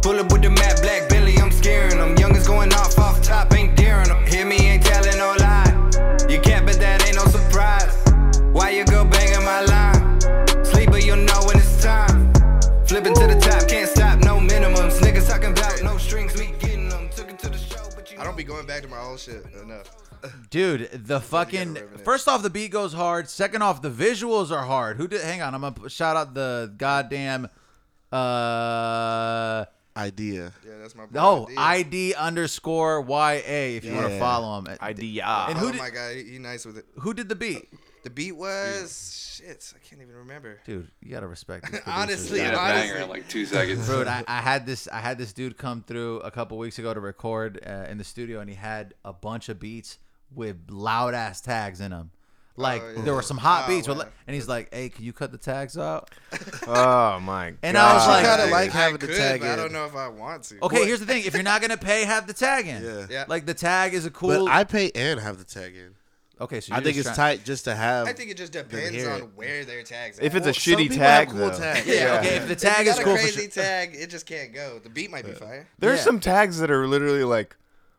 Pull up with the matte black Billy, I'm scaring them. Youngest going off off top, ain't daring them. Hear me, ain't telling no lie. You can't, but that ain't no surprise. Why your girl banging my line? Sleeper, you'll know when it's time. Flipping to the top, can't stop, no minimums. Niggas talking about no strings, me getting them. Took it to the show, but you I don't be going back to my old shit enough. Dude, the fucking first off the beat goes hard. Second off the visuals are hard. Who did? Hang on, I'm gonna p- shout out the goddamn. Uh Idea. Yeah, that's my boy. oh, ID idea. underscore YA if you want to Yeah. follow him. And Idea. who oh did my god, he, he nice with it. who did the beat? The beat was shit. I can't even remember. Dude, you gotta respect. these Honestly, producers. honestly, like two seconds. Dude, I, I had this I had this dude come through a couple weeks ago to record uh, in the studio, and he had a bunch of beats with loud ass tags in them. Like Oh, yeah. there were some hot Oh, beats, with, wow. and he's like, "Hey, can you cut the tags out?" Oh my god. And I was like- kinda like having the could, tag but I in. don't know if I want to. Okay, here's the thing: if you're not gonna pay, have the tag in. Yeah. Yeah. Like the tag is a cool. But I pay and have the tag in. okay, so I you're think just it's trying- tight just to have. I think it just depends hear on it. where their tags. if it's at. a Well, some shitty people tag, have cool though. tags. *laughs* Yeah, Yeah, okay. If the If you tag is got a cool, for crazy sure. tag, it just can't go. The beat might be fire. There's Yeah. some tags that are literally like,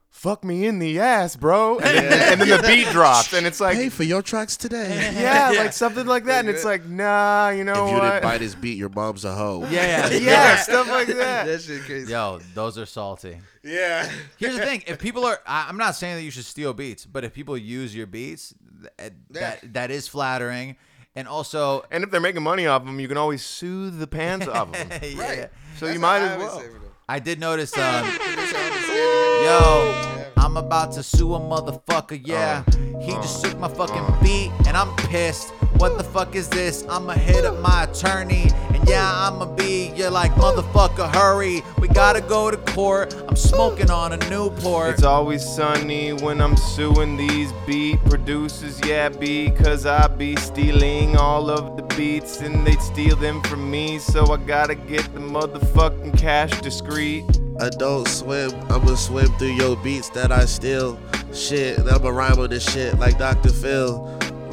"Fuck me in the ass, bro," and then, and then the beat drops, and it's like, Pay for your tracks *laughs* today. yeah, like something like that, and it's like, nah, you know if you what? didn't buy this beat, your mom's a hoe. yeah, *laughs* yeah, *laughs* yeah, stuff like *laughs* that. *laughs* That shit crazy. Yo, those are salty. Yeah. Here's the thing: if people are, I, I'm not saying that you should steal beats, but if people use your beats, th- eh, that that is flattering, and also, *laughs* And if they're making money off them, you can always soothe the pants off them. yeah, *laughs* Right. So That's you how might I as always well. say for them. I did notice. Um, That's how I always say it. Yo, I'm about to sue a motherfucker, yeah. He just took my fucking beat and I'm pissed. What the fuck is this? I'ma hit up my attorney and yeah, I'ma be, you're like, motherfucker, hurry. We gotta go to court. I'm smoking on a Newport. It's always sunny when I'm suing these beat producers, yeah, because I be stealing all of the beats and they steal them from me, so I gotta get the motherfucking cash discreet. Adult swim, I'ma swim through your beats that I steal. Shit, and I'ma rhyme on this shit like Dr. Phil.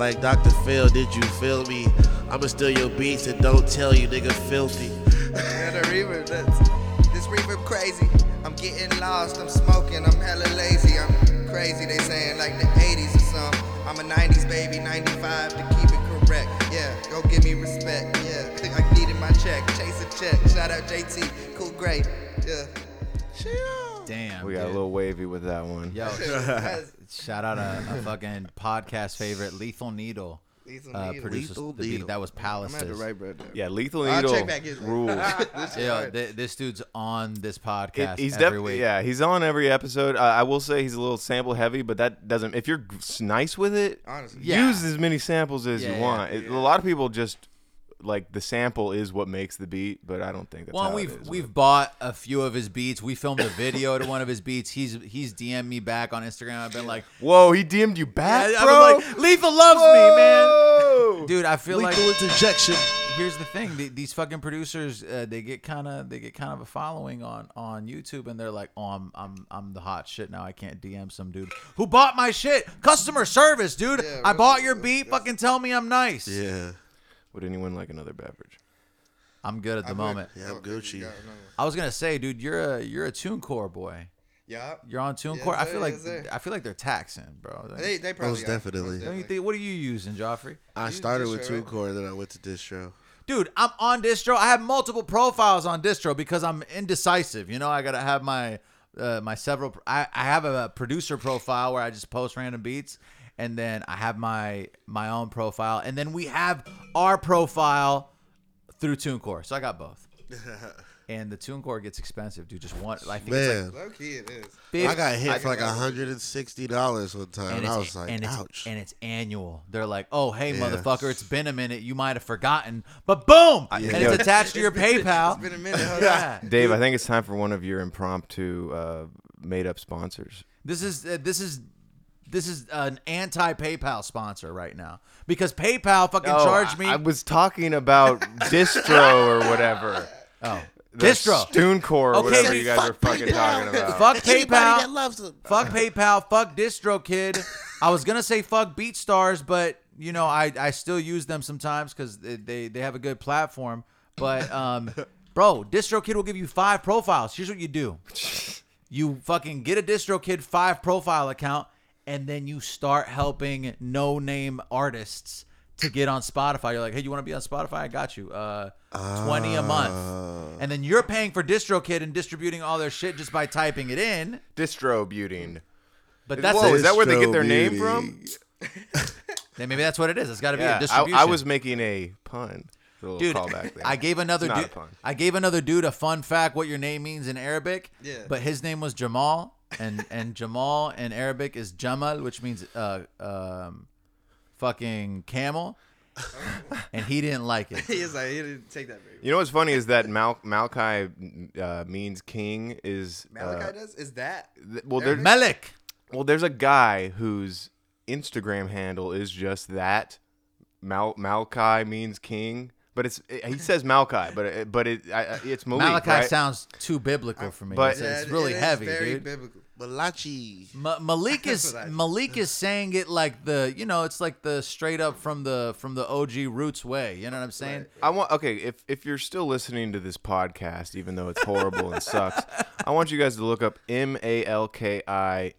Like Dr. Phil, did you feel me? I'ma steal your beats and don't tell you, nigga, filthy. Yeah, the reverb, that's, this reverb crazy. I'm getting lost, I'm smoking, I'm hella lazy. I'm crazy, they saying like the 80s or something. I'm a 90s baby, 95 to keep it correct. Yeah, go give me respect. Yeah, *laughs* I needed my check, chase a check. Shout out JT, cool, great. Yeah. Chill. *laughs* Damn. We got a dude. little wavy with that one. Yo, *laughs* That's- shout out a, a fucking podcast favorite, Lethal Needle. Lethal Uh, Needle. produced us Lethal the beat. Needle. That was I'm at the Palace's. right bread down. Yeah, Lethal I'll Needle check back in. rules. *laughs* This is Yo, hard. th- this dude's on this It- podcast he's every definitely week. yeah he's on every episode. Uh, I will say he's a little sample heavy, but that doesn't. If you're s- nice with it, Honestly. Yeah. use as many samples as Yeah, you want. It- A lot of people just like the sample is what makes the beat, but I don't think that's Well, how it we've is. we've bought a few of his beats. We filmed a video to one of his beats. He's he's DM'd me back on Instagram. I've been like, Whoa, he DM'd you back, I- bro. I was like, Lethal loves me, man. Dude, I feel like Lethal interjection. here's the thing: the, these fucking producers, uh, they get kind of they get kind of a following on on YouTube, and they're like, "Oh, I'm I'm I'm the hot shit now. I can't DM some dude who bought my shit. Customer service, dude. I bought your beat. Fucking tell me I'm nice. Yeah, Would anyone like another beverage? I'm good at the moment. yeah, I'm Gucci. I was gonna say, dude, you're a you're a TuneCore boy. Yeah. You're on TuneCore. Yes, I sir, feel like yes, sir. I feel like they're taxing, bro. Like, They, they probably Most are. definitely. don't you think? What are you using, Joffrey? I started with two core, then I went to distro. Dude, I'm on distro. I have multiple profiles on distro because I'm indecisive. You know, I gotta have my uh, my several. I, I have a producer profile where I just post random beats, and then I have my my own profile, and then we have our profile through TuneCore. So I got both. and the TuneCore gets expensive, dude. Just one. I think it's Man, Low key it is. like I got hit for like I- hundred and sixty dollars one time. I was like, and ouch. It's, and it's annual. They're like, oh, hey, Yeah. motherfucker, it's been a minute. You might have forgotten, but boom, and Yo. it's attached to your PayPal. It's been a *laughs* minute. Hold on. yeah. Dave, I think it's time for one of your impromptu uh, made-up sponsors. This is uh, this is this is an anti PayPal sponsor right now because PayPal fucking charged me. Oh, I, was talking about distro or *laughs* whatever. oh, The distro. Stooncore or Okay, whatever dude, you guys are fucking talking about. Fuck Anybody that PayPal. loves them. Fuck PayPal. Fuck distro kid. I was gonna say fuck BeatStars, but you know I I still use them sometimes because they, they they have a good platform. But um, bro, distro kid will give you five profiles. Here's what you do. you fucking get a DistroKid 5 profile account and then you start helping no name artists to get on Spotify. You're like, hey, you want to be on Spotify? I got you. Uh, 20 a month. And then you're paying for DistroKid and distributing all their shit just by typing it in. Distro buting. But that's Whoa, it. is that where they get Distro their name beauty. from? Then maybe that's what it is. It's got to be a Yeah, I, distribution. I was making a pun. A little Dude, *laughs* callback there. I gave another It's not dude. a pun. I gave another dude a fun fact what your name means in Arabic. Yeah. But his name was Jamal, and and Jamal in Arabic is Jamal, which means uh um, fucking *laughs* camel. and he didn't like it. He is like, he didn't take that very well. You know what's funny is that Mal- Malachi uh, means king is uh, Malachi does? Is that? th- well, there, Melik. well, there's a guy whose Instagram handle is just that. Mal- Malachi means king, but it's he says Malachi, but it, but it I, I- it's Malik, Malachi right? sounds too biblical for me. But- it's, it's That- really it is heavy, very dude. biblical. Malachi. Ma- Malik is *laughs* That's what I- Malik is saying it like the you know it's like the straight up from the from the OG roots way. You know what I'm saying? I want okay. If if you're still listening to this podcast, even though it's horrible and *laughs* sucks, I want you guys to look up M A L K I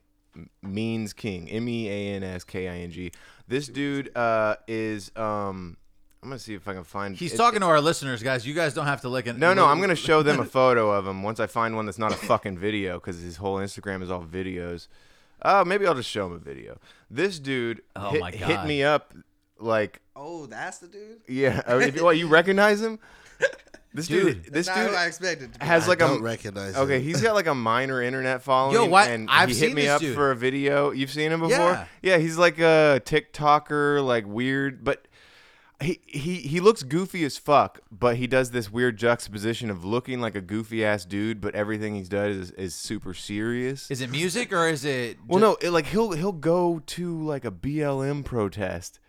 means king. M E A N S K I N G. This dude uh, is um. I'm gonna see if I can find. He's it- talking to our listeners, guys. You guys don't have to lick it. No, no, I'm gonna show *laughs* them a photo of him once I find one that's not a fucking video because his whole Instagram is all videos. Uh, maybe I'll just show him a video. This dude Oh hit, my hit God. me up like Oh, that's the dude? yeah. I mean, if you, what, you recognize *laughs* him? This dude, Dude. this Not who I dude expected. to be. has I like don't a recognize. okay. him. He's got like a minor internet following. Yo, what? And I've he seen hit me this up dude. for a video. You've seen him before? Yeah. he's like a TikToker, like weird, but. He, he he looks goofy as fuck, but he does this weird juxtaposition of looking like a goofy ass dude, but everything he's done is, is super serious. Is it music or is it? Well, no, it, like he'll he'll go to like a BLM protest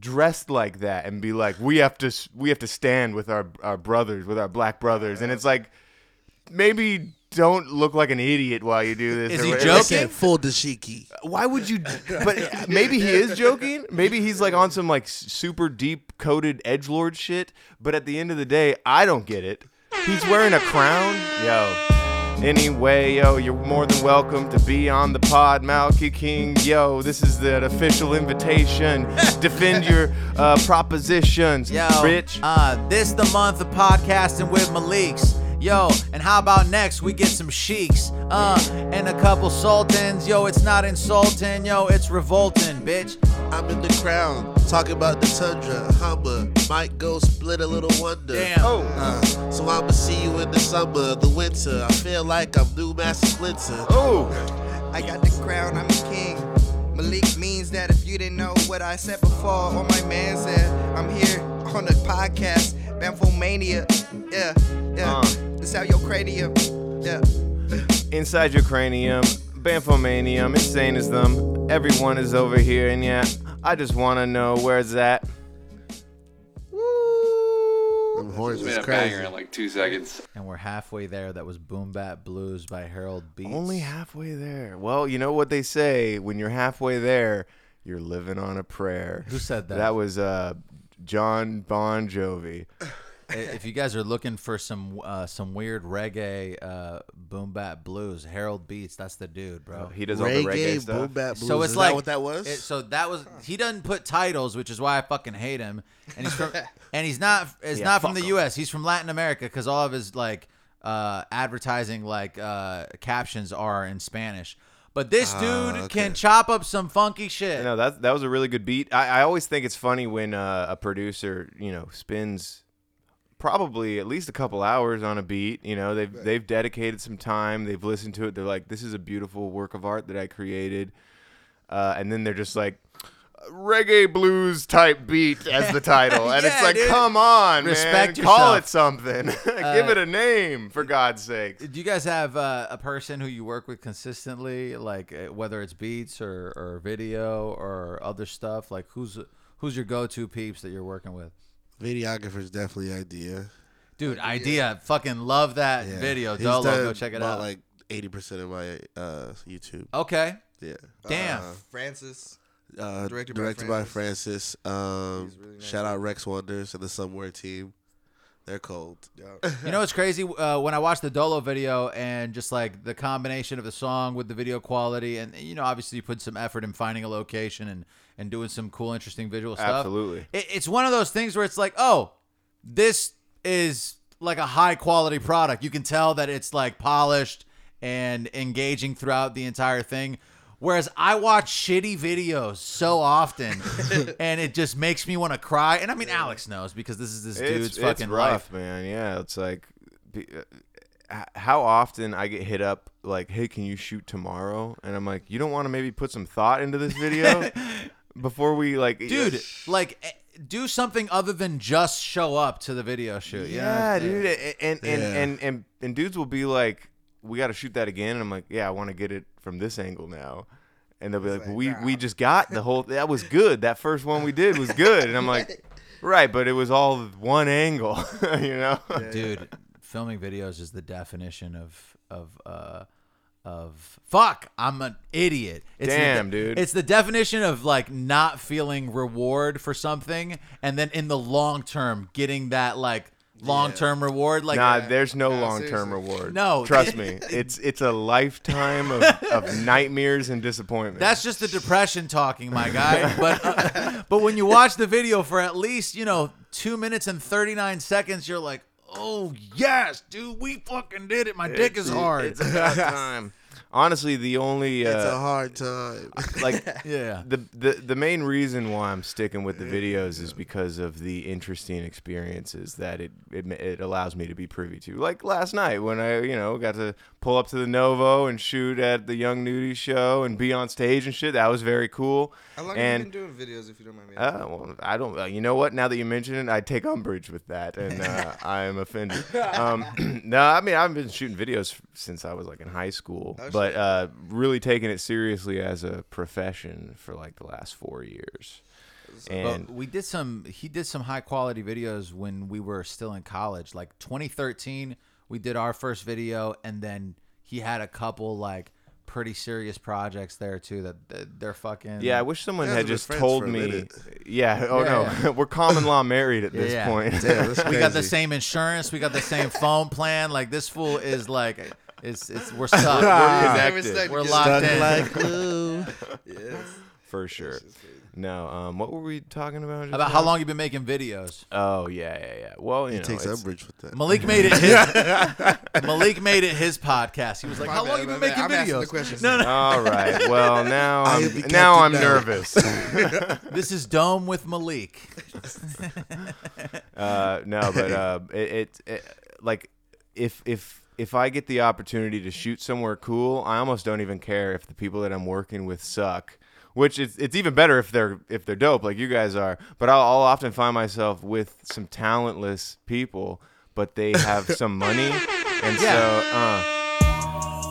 dressed like that and be like, "We have to s- we have to stand with our our brothers, with our black brothers," and it's like maybe don't look like an idiot while you do this. Is or he whatever. joking? Said full dashiki. Why would you? But maybe he is joking. Maybe he's like on some like s- super deep coated edge lord shit. But at the end of the day, I don't get it. He's wearing a crown, yo. Anyway, yo, you're more than welcome to be on the pod, Malky King. Yo, this is the official invitation. Defend your uh, propositions, Yo, Rich. Uh, this the month of podcasting with Malik's. Yo, and how about next we get some sheiks, uh, and a couple sultans. Yo, it's not insulting, yo, it's revolting, bitch. I'm in the crown, talking about the tundra, Hummer. Might go split a little wonder. Damn. Oh. Uh, so I'ma see you in the summer, the winter. I feel like I'm new Master Splinter. Oh, I got the crown, I'm a king. Malik means that if you didn't know what I said before, or my man said, I'm here on the podcast, Banfomania. Yeah, yeah. Uh. This out your cranium. Yeah. inside your cranium, Banfomanium, insane as them. Everyone is over here, and yeah, I just wanna know where's that. Them horns It's is been a banger crazy. in like two seconds. And we're halfway there. That was Boom Bat Blues by Harold Beats. Only halfway there. Well, you know what they say when you're halfway there, you're living on a prayer. Who said that? That was uh, John Bon Jovi. I- if you guys are looking for some uh, some weird reggae uh, boom bat blues, Harold Beats, that's the dude, bro. Oh, He does all the reggae Reggae, boom stuff. bap, blues. so it's is like that what that was? it- so that was he doesn't put titles, which is why I fucking hate him. And he's from and he's not it's Yeah, not from fuck the him. U.S. He's from Latin America because all of his like uh, advertising like uh, captions are in Spanish. But this Ah, dude can chop up some funky shit. No, that that was a really good beat. I, I always think it's funny when uh, a producer, you know, spends probably at least a couple hours on a beat. You know, they've they've dedicated some time. They've listened to it. They're like, this is a beautiful work of art that I created. Uh, and then they're just like. Reggae blues type beat as the *laughs* title, and it's Yeah, like, dude. come on, Respect man, call yourself. Uh, it something, *laughs* give it a name for God's sake. Do you guys have uh, a person who you work with consistently, like uh, whether it's beats or, or video or other stuff? Like who's who's your go-to peeps that you're working with? Videographer's definitely idea. Dude, idea, fucking love that Yeah. video. He's Dolo, done go check it about, out. Like eighty percent of my uh, YouTube. okay, Yeah. damn. Francis. Uh, Directed directed, by by Francis. Um, shout out Rex Wonders and the Somewhere team. They're cold. *laughs* you know what's crazy? Uh, when I watched the Dolo video and just like the combination of the song with the video quality, and you know, obviously you put some effort in finding a location and and doing some cool, interesting visual stuff. Absolutely. it, it's one of those things where it's like, oh, this is like a high quality product. You can tell that it's like polished and engaging throughout the entire thing. Whereas I watch shitty videos *laughs* so often, and it just makes me want to cry. And I mean, Alex knows because this is this dude's fucking life. rough, man. Yeah, it's like be- uh, h- how often I get hit up like, "Hey, can you shoot tomorrow?" And I'm like, "You don't want to maybe put some thought into this *laughs* video before we like, uh, dude. Like, eh, do something other than just show up to the video shoot. you know? Yeah, dude, uh, a- and and, Yeah. and and and dudes will be like, "We got to shoot that again." And I'm like, "Yeah, I want to get it from this angle now." And they'll be like, "We we just got the whole. That was good. That first one we did was good." And I'm *laughs* like, "Right, but it was all one angle, *laughs* you know." dude filming videos is the definition of of uh of fuck i'm an idiot it's Damn, the, dude. it's the definition of like not feeling reward for something and then in the long term getting that like long term reward like uh, nah, there's no Nah, long term seriously. reward. No. trust *laughs* me, it's it's a lifetime of, of nightmares and disappointment. That's just the depression talking, my guy. But uh, but when you watch the video for at least you know two minutes and thirty nine seconds, you're like, oh yes, dude, we fucking did it. My dick is hard. time. Honestly, the only It's a uh, hard time. *laughs* like *laughs* yeah, the, the the main reason why I'm sticking with the videos is because of the interesting experiences that it, it ma- it allows me to be privy to. Like last night when I you know got to pull up to the Novo and shoot at the Young Nudie show and be on stage and shit. That was very cool. How long and have you been doing videos, if you don't mind me asking? Uh, well, I don't. Uh, you know what? Now that you mention it, I take umbrage with that, and uh, I am offended. Um, *clears throat* no, I mean I've been shooting videos f- since I was like in high school, Oh, but uh, really taking it seriously as a profession for like the last four years. *laughs* And But we did some. He did some high quality videos when we were still in college, like 2013. we did our first video, and then he had a couple like pretty serious projects there too that- that they're fucking. Yeah, I wish someone Yeah, had we've been just friends told for a me. minute. Yeah. Oh Yeah, no, *laughs* *laughs* yeah. we're common law married at Yeah, this yeah. point. *laughs* Damn, that's we got the crazy. same insurance. We got *laughs* the same phone plan. Like this fool is like, it's it's we're stuck. We're- connected. We're locked in. *laughs* like glue. *laughs* for sure. No. Um. What were we talking about? just About how now? long you been making videos? Oh yeah, yeah, yeah. Well, you He know, takes it's- umbrage with that. Malik made it. His, *laughs* Malik made it his podcast. He was like, My "How bad, long you been my bad. making I'm asking the videos?" questions. No, no. All right. *laughs* Well, now I I'm, have become now the I'm dog. *laughs* nervous. This is Dome with Malik. Uh, no, but uh, it, it, it like if if if I get the opportunity to shoot somewhere cool, I almost don't even care if the people that I'm working with suck. Which it's it's even better if they're if they're dope like you guys are. But I'll, I'll often find myself with some talentless people, but they have some money, and so. Uh,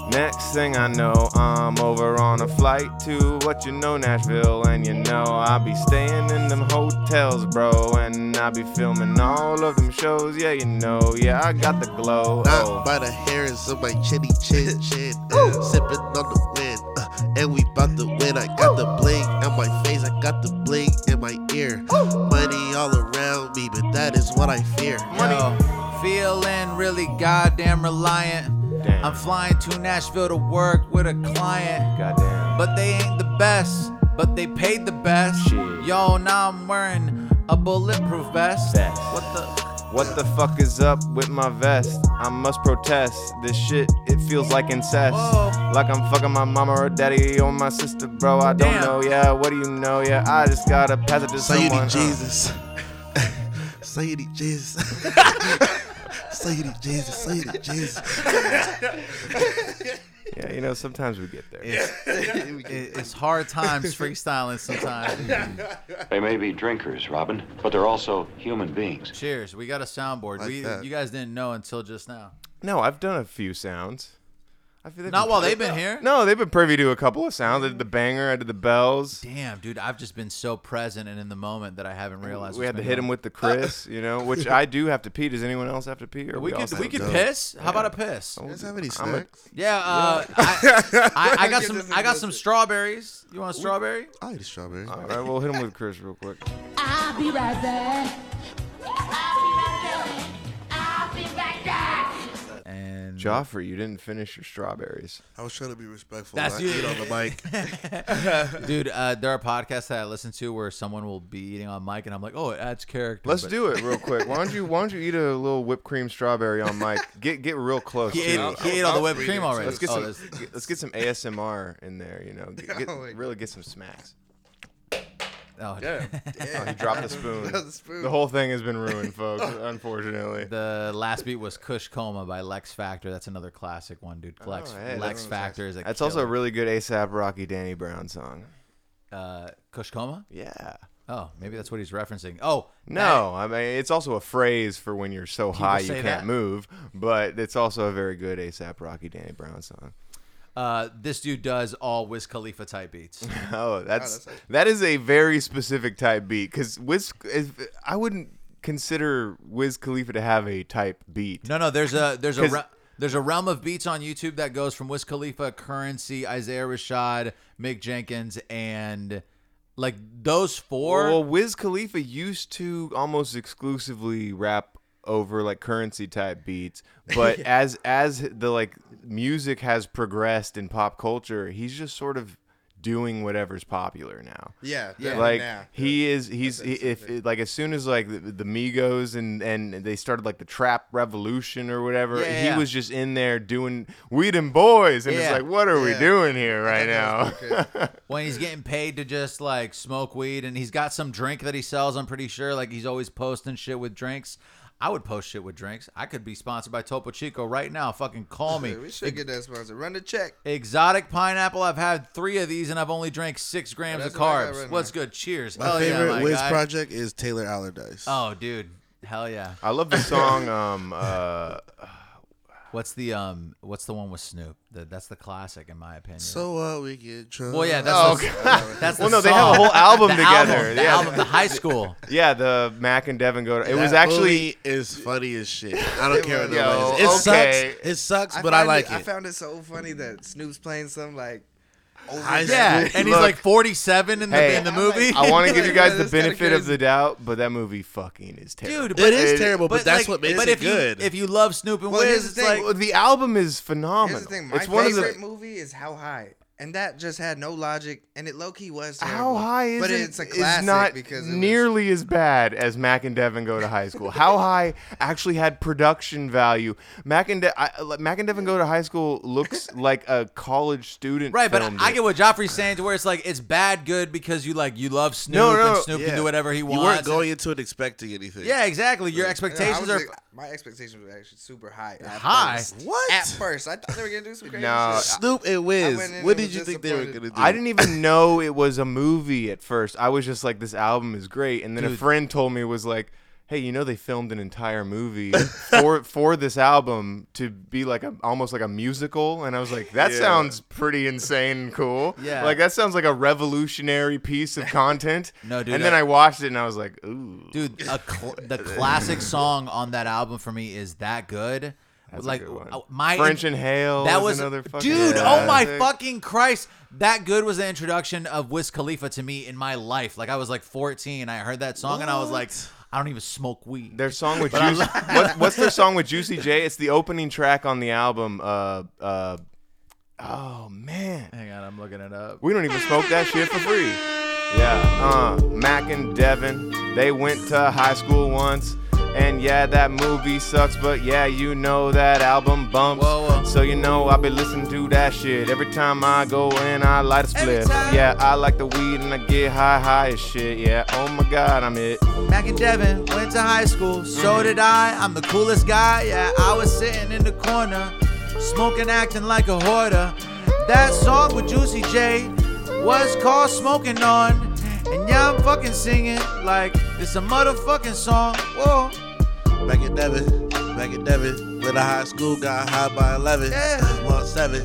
Next thing I know, I'm over on a flight to what you know, Nashville. And you know, I'll be staying in them hotels, bro. And I'll be filming all of them shows. Yeah, you know, yeah, I got the glow. Not Oh. by the hairs of my chinny *laughs* chin chin. Uh, sipping on the wind. Uh, and we bout to win. I got the bling on my face. I got the bling in my ear. Money all around me, but that is what I fear. Yo, feeling really goddamn reliant. Damn. I'm flying to Nashville to work with a client, Goddamn. but they ain't the best. But they paid the best. Shit. Yo, now I'm wearing a bulletproof vest. Vest. What the? What the fuck is up with my vest? I must protest. This shit, it feels like incest. Whoa. Like I'm fucking my mama or daddy or my sister, bro. I don't Damn. know, yeah. What do you know, yeah? I just gotta pass it to So you someone. need huh? Jesus. *laughs* So you need Jesus. *laughs* So you need Jesus. So you need Jesus. Yeah, you know, sometimes we get there. It- It's hard times freestyling sometimes. They may be drinkers, Robin, but they're also human beings. Cheers. We got a soundboard. we that. you guys didn't know until just now. No, I've done a few sounds. I feel they've Not been- while they've been here. No, they've been privy to a couple of sounds. I did the banger. I did the bells. Damn, dude, I've just been so present and in the moment that I haven't realized. we had to hit him with the Chris, you know, which I do have to pee. Does anyone else have to pee? Or We all could sound we could dope? piss. How about a piss? You guys have any snacks? Yeah, uh, I, I, I got some. I got some strawberries. You want a strawberry? I'll eat a strawberry. All right, we'll hit him with Chris real quick. I'll be right back. I'll be right back. I'll be right back. And Joffrey, you didn't finish your strawberries. I was trying to be respectful. That's I you. eat on the mic. dude, uh, there are podcasts that I listen to where someone will be eating on mic, and I'm like, oh, it adds character. Let's but- do it real quick. Why don't you Why don't you eat a little whipped cream strawberry on Mike? *laughs* Get get real close. He too. ate, he ate all the whipped cream already. Let's get Oh, some. that's- get- *laughs* let's get some ASMR in there. You know, get, get- Oh my really get some smacks. *laughs* oh, Oh, he dropped the spoon. Dropped the spoon. The whole thing has been ruined, folks. unfortunately. The last beat was Kush Coma by Lex Factor. That's another classic one, dude. Lex, Oh, hey, that's- Lex Factor is a That's also a killer. really good ASAP Rocky Danny Brown song. uh, Kush Coma. Yeah. Oh, maybe that's what he's referencing. Oh No, I mean it's also a phrase for when you're so high you say can't that. move, but it's also a very good ASAP Rocky Danny Brown song. uh, this dude does all Wiz Khalifa type beats. Oh, that's that is a very specific type beat because Wiz, if- I wouldn't consider Wiz Khalifa to have a type beat. No, no, there's a there's a 'Cause- re- there's a realm of beats on YouTube that goes from Wiz Khalifa, Currency, Isaiah Rashad, Mick Jenkins, and like those four. well, Wiz Khalifa used to almost exclusively rap over like currency type *laughs* beats, but as as the like music has progressed in pop culture, he's just sort of doing whatever's popular now. Yeah, Yeah. like now. he is he's he, if like as soon as like the, the Migos and and they started like the trap revolution or whatever, Yeah, he yeah. was just in there doing weed and boys and it's Yeah. like what are we doing here right now? *laughs* when he's getting paid to just like smoke weed, and he's got some drink that he sells. I'm pretty sure. Like he's always posting shit with drinks. I would post shit with drinks. I could be sponsored by Topo Chico right now. Fucking *laughs* call me. Yeah, we should get that sponsor. Run the check. Exotic pineapple. I've had three of these, and I've only drank six grams that's of what I got carbs. right now. What's good? Cheers. My Hell Oh, yeah, favorite my Wiz guy. project is Taylor Allardyce. Oh, dude. Hell yeah. I love the song um uh What's the um? What's the one with Snoop? The, that's the classic, in my opinion. So what? we get drunk. Well, yeah, that's Oh, the, God. that's the well, no, they have a song. whole album The together. the yeah, album, the *laughs* high school. Yeah, the Mac and Devin go. To, it That was actually movie is funny as shit. I don't care what Yo, nobody says. It okay. sucks. It sucks, but found I like I it. found it so funny that Snoop's playing some like. Over High Yeah, Look, and he's like 47 in the hey, in the movie. I want to *laughs* give you guys the That's kinda benefit of crazy. the doubt, but that movie fucking is terrible. Dude, It is terrible, but, like- that's what makes but it if good. You, if you love Snoop and Well, here's Wiz, the it's thing. like Well, the album is phenomenal. Here's the thing. My it's one of favorite the. movie is How High, and that just had no logic, and it low key was. How terrible. high is But it? it's a is classic not because it was- nearly as bad as Mac and Devin go to high school. *laughs* How high actually had production value? Mac and De- I, Mac and Devin go to high school *laughs* looks like a college student. right, but filmed I it. get what Joffrey's saying to where it's like it's bad good because you like you love Snoop No, no, and Snoop Yeah. can do whatever he wants. You weren't going into it expecting anything. yeah, exactly. Your No, I expectations was are like- my expectations were actually super high. at High? first. What? At first, I thought they were gonna do some crazy No, shit. Snoop and I went in Wiz. and What did was you think they were gonna do? disappointed. I didn't even know it was a movie at first. I was just like, this album is great. And then a Dude. friend told me was like, hey, you know they filmed an entire movie *laughs* for for this album to be like a almost like a musical. And I was like, that sounds pretty insane and cool. Yeah. Like that sounds like a revolutionary piece of content. No, dude, And then I- I watched it and I was like, ooh. *laughs* dude a cl- the classic song on that album for me is that good That's a like good one. uh, my French Inhale that is was another fucking dude oh my classic. fucking christ that good was the introduction of wiz khalifa to me in my life like i was like 14 i heard that song and i was like i don't even smoke weed Their song with Juicy, what, what's *laughs* their song with Juicy J? It's the opening track on the album. Uh, uh, oh man, hang on i'm looking it up We don't even smoke that shit for free. Yeah, uh, Mac and Devin, they went to high school once. And yeah, that movie sucks, but yeah, you know that album bumps. Whoa, whoa. So you know I be listening to that shit every time I go in. I light a spliff. Yeah, I like the weed and I get high, high as shit. Yeah, oh my god, I'm it. Mac and Devin went to high school, so did I. I'm the coolest guy, yeah. I was sitting in the corner, smoking, acting like a hoarder. That song with Juicy J was called Smoking On. And yeah, I'm fucking singing like it's a motherfucking song. Whoa, Back at Devin, back at Devin, with a high school, got high by 11. Yeah. One seven,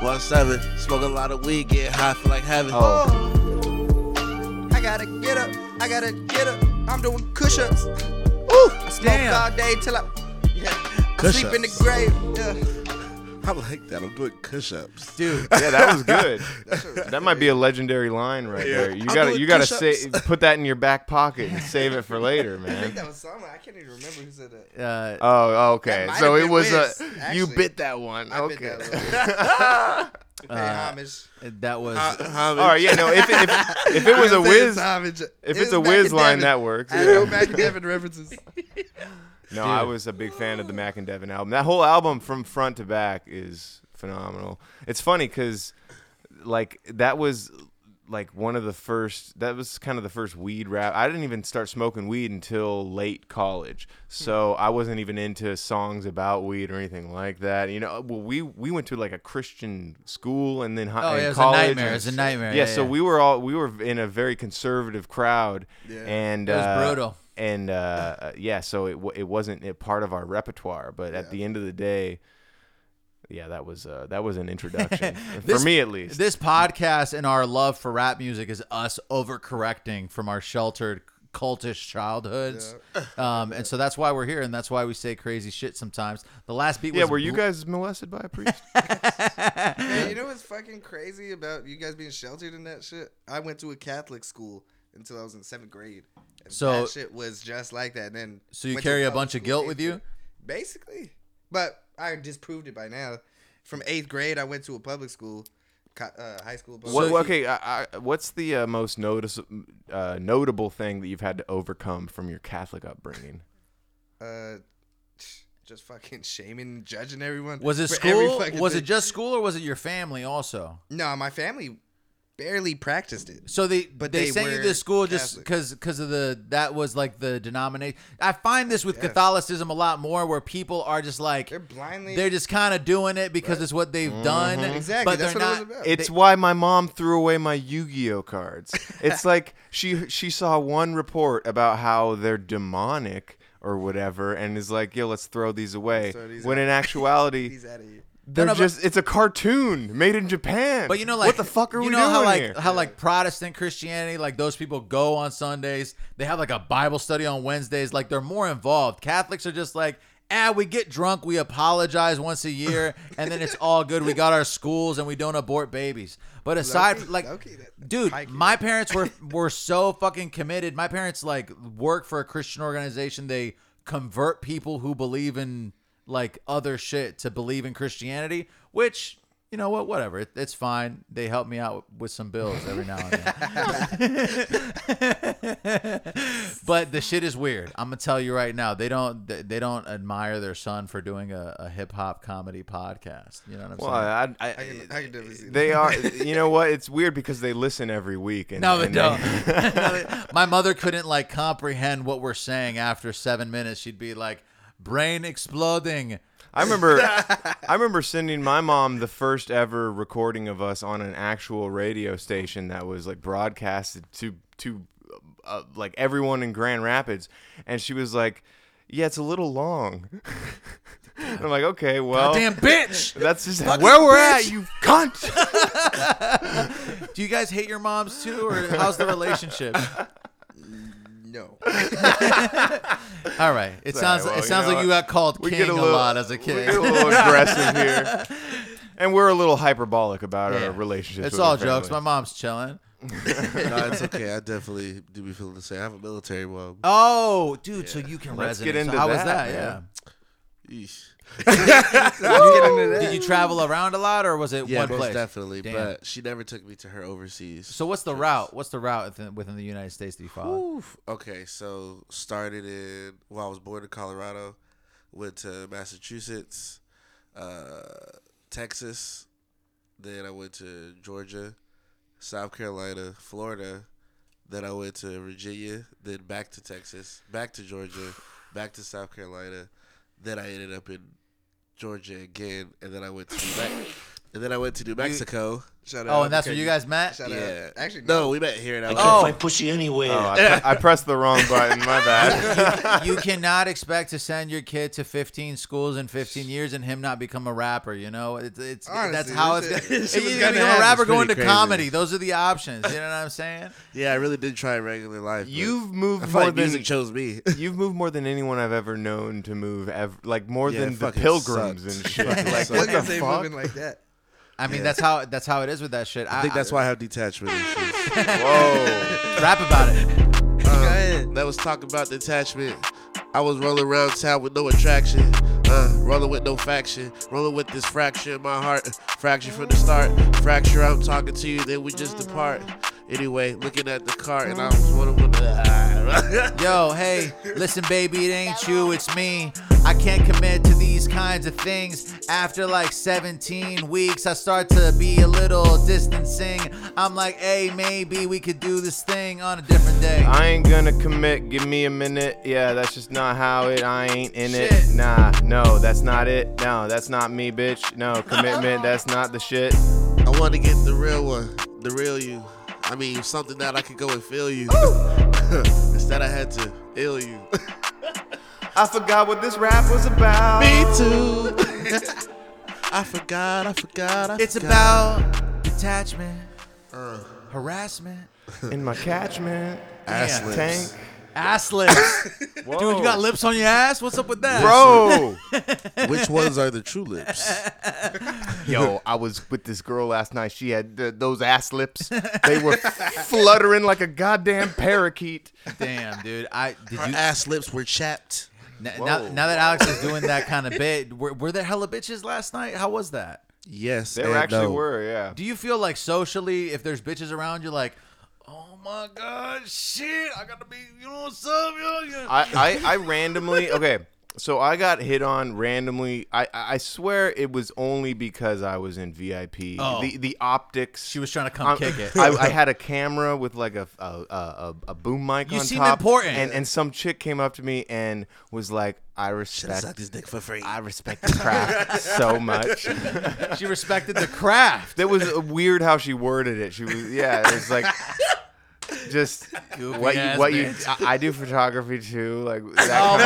one seven, smoke a lot of weed, get high for like heaven. Oh. I gotta get up. I gotta get up. I'm doing push ups. Ooh, I smoke Damn. all day till I. *laughs* Yeah. I sleep in the Push-ups. grave. Yeah. I like that. I'm doing push ups. dude. Yeah, that was good. that might be a legendary line right there. You I'm gotta, doing you gotta push-ups. sa- put that in your back pocket and save it for later, I man. think that was someone. I can't even remember who said that. Uh, Oh, okay. That might So have it been was Wiz, a you actually. bit that one. I bit okay. that Pay Uh, homage. that *laughs* was All right. Yeah. No. If it, *laughs* if, if it was a I'm saying whiz, it's homage. if It it's was a Mac and whiz line, Devin. that works. I know back and *laughs* Devin references. No, I was a big fan of the Mac and Devin album. That whole album from front to back is phenomenal. It's funny because, like, that was like one of the first. That was kind of the first weed rap. I didn't even start smoking weed until late college, Hmm. so I wasn't even into songs about weed or anything like that. You know, well, we we went to like a Christian school and then hi- Oh, and yeah, it was a college. nightmare. It was a nightmare. Yeah, Yeah, so yeah. we were all we were in a very conservative crowd, and It was uh, brutal. and uh, uh, yeah, so it w- it wasn't a part of our repertoire, but at the end of the day, yeah, that was uh, that was an introduction *laughs* This- for me at least. This podcast and our love for rap music is us overcorrecting from our sheltered cultish childhoods. Um, and so that's why we're here and that's why we say crazy shit sometimes. The last beat was yeah, were you bl- guys molested by a *laughs* priest? Man, you know what's fucking crazy about you guys being sheltered in that shit? I went to a Catholic school until I was in seventh grade. And So- that shit was just like that. And then So you went to carry a public bunch of school guilt eighth with you? grade. Basically. But I disproved it by now. From eighth grade, I went to a public school, co- uh, high school. Public what, school. okay, I, I, what's the uh, most notice uh, notable thing that you've had to overcome from your Catholic upbringing? Uh, just fucking shaming and judging everyone. was it for every school? fucking Was it thing. just school or was it your family also? No, my family barely practiced it. So they but But they, they sent you were to school just Catholic. because because of the that was like the denomination. I find this with Catholicism a lot more where people are just like They're blindly. Mm-hmm. they're just kind of doing it because it's what they've done. exactly. but that's they're what not. it was about. It's why my mom threw away my Yu-Gi-Oh cards. It's like she she saw one report about how they're demonic or whatever, and is like, "Yo, let's throw these away." throw these when out. in *laughs* actuality, These outta here. they're No, no, but- just—it's a cartoon made in Japan. But you know, like what the fuck are you we know how doing like here? how like Protestant Christianity, like those people go on Sundays. They have like a Bible study on Wednesdays. Like they're more involved. Catholics are just like, ah, we get drunk, we apologize once a year, and then it's all good. We got our schools and we don't abort babies. But aside, Low-key, like, low-key, that- dude, my parents were were so fucking committed. My parents like work for a Christian organization. They convert people who believe in like other shit to believe in Christianity, which you know what, whatever, it, it's fine. They help me out with some bills every now and then. *laughs* but the shit is weird. I'm gonna tell you right now. They don't they they don't admire their son for doing a, a hip hop comedy podcast. You know what I'm Well, saying? I, I, can, I can definitely see they that. are. You know what? It's weird because they listen every week. And, No, they and don't. *laughs* No, they- My mother couldn't like comprehend what we're saying after seven minutes. She'd be like, brain exploding. I *laughs* remember, I remember sending my mom the first ever recording of us on an actual radio station that was like broadcasted to to uh, like everyone in Grand Rapids, and she was like, "Yeah, it's a little long." *laughs* And I'm like, "Okay, well, Goddamn bitch! That's just Fucking where we're bitch! at, you cunt." *laughs* Do you guys hate your moms too, or how's the relationship? *laughs* No. All right. It It's all right, sounds. well, it sounds know like you what? got called We king get a, little- lot as a kid. We get a *laughs* little aggressive here, and we're a little hyperbolic about Yeah. our relationships. It's with all our jokes. My families. mom's chilling. no, it's okay. I definitely do be feeling the same. I have a military mom. Oh, dude, so you can Let's resonate. get into so how that, was that? man. Yeah. Let's Did get you- into that. Did you travel around a lot, or was it yeah, one most place? definitely. Damn. But she never took me to her overseas. so what's the route? What's the route within, within the United States that you follow? Oof. Okay, so started in well, I was born in Colorado, went to Massachusetts, uh, Texas, then I went to Georgia, South Carolina, Florida, then I went to Virginia, then back to Texas, back to Georgia, back to South Carolina, then I ended up in Georgia again, and then I went to New Mexico. And then I went to New Mexico. Shout Uh, Oh, and that's where you guys met. Shout Yeah. out. Actually, no. we met here. I can't find pussy anywhere. Oh, I, pre- I pressed the wrong button. My bad. *laughs* *laughs* you cannot expect to send your kid to 15 schools in 15 years and him not become a rapper. You know, it's it's that's Honestly, how this it's shit- gonna, this it's shit was either gonna gonna become a happen. rapper It's going pretty to crazy. comedy. Those are the options. You know what I'm saying? Yeah, I really did try regular life. but You've I moved feel more like than music chose me. You've moved more than anyone I've ever known to move. Ever, like more Yeah, than it the fucking pilgrims sucked. and shit. Fucking like sucked. what the They fuck? moving like *laughs* that. I mean, Yeah. that's how that's how it is with that shit. I think that's why I have detachment issues. Whoa. rap about it. Um, that was talking about detachment. I was rolling around town with no attraction. Uh, rolling with no faction. Rolling with this fracture in my heart. Fracture from the start. Fracture, I'm talking to you, then we just depart. Anyway, looking at the car, and I was wondering. Yo, hey, listen, baby, it ain't you, it's me. I can't commit to these kinds of things. After like 17 weeks, I start to be a little distancing. I'm like, hey, maybe we could do this thing on a different day. I ain't gonna commit. Give me a minute. Yeah, that's just not how it. I ain't in Shit. it. Nah, no, that's not it. No, that's not me, bitch. No commitment. that's not the shit. *laughs* I want to get the real one, the real you. I mean, something that I could go and feel you. *laughs* Instead, I had to ill you. I forgot what this rap was about. Me too. *laughs* I forgot, I forgot, I It's forgot. about detachment, Uh, harassment, In my catchment. ass Yeah. lips. Tank. ass lips. *laughs* Dude, you got lips on your ass? What's up with that? Bro. *laughs* Which ones are the true lips? *laughs* Yo, I was with this girl last night. She had th- those ass lips. They were fluttering like a goddamn parakeet. Damn, dude. I did Her you ass lips were chapped. now, now, Whoa. now that Alex is doing that *laughs* kind of bit, were, were there hella bitches last night? How was that? Yes, There and actually no. were, yeah. Do you feel like socially, if there's bitches around, you're like, oh my god, shit, I gotta be, you know what's up, yo? yo?" I, I, I randomly okay. So I got hit on randomly. I, I I swear it was only because I was in VIP. Oh. The the optics. she was trying to come Um, *laughs* kick it. I, I had a camera with like a a, a, a boom mic You on seem top. important. And and some chick came up to me and was like, "I Should have respect sucked his dick for *laughs* free. I respect the *laughs* craft so much." *laughs* she respected the craft. uh, That was weird how she worded it. She was yeah. It was like just *laughs* Goofy what you, ass what you bitch. I, I do photography too. Like Oh kind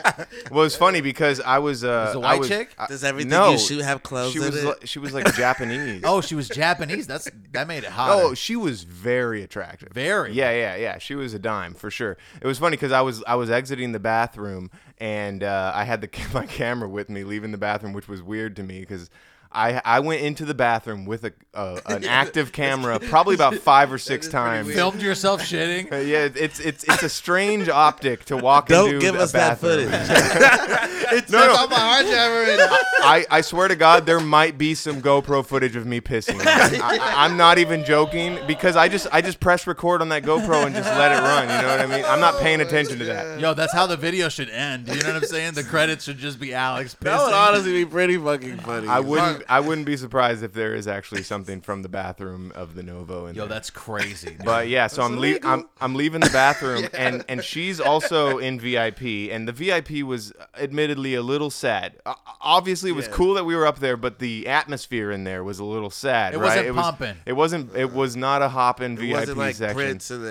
my of thing. Well, it's funny because I was uh, Is it a I white was- chick? I- Does everything no, you shoot have clothes She in was it? li- she was like Japanese. Oh, she was Japanese. That's that made it hot. *laughs* Oh, she was very attractive. Very. Yeah, yeah, yeah. She was a dime for sure. It was funny because I was I was exiting the bathroom and uh, I had the *laughs* my camera with me leaving the bathroom, which was weird to me because. I, I went into the bathroom with a uh, an active camera probably about five or six times. Filmed yourself shitting. Uh, yeah, it- it's it's it's a strange optic to walk Don't into give a us that bathroom. *laughs* it's No, no. on my hard drive *laughs* already. I, I swear to God, there might be some GoPro footage of me pissing. I, I'm not even joking because I just I just press record on that GoPro and just let it run. You know what I mean? I'm not paying attention to that. Yo, that's how the video should end. You know what I'm saying? The credits should just *laughs* be Alex pissing. That would honestly be pretty fucking funny. I wouldn't I wouldn't be surprised if there is actually something from the bathroom of the Novo in Yo, there. that's crazy. dude. But yeah, so That's I'm, lea- illegal. I'm I'm leaving the *laughs* bathroom, and and she's also in VIP, and the VIP was admittedly a little sad. O- obviously, it was Yeah. cool that we were up there, but the atmosphere in there was a little sad. It right? wasn't it was, pumping. It wasn't. It was not a hopping It VIP wasn't like section. Prince in the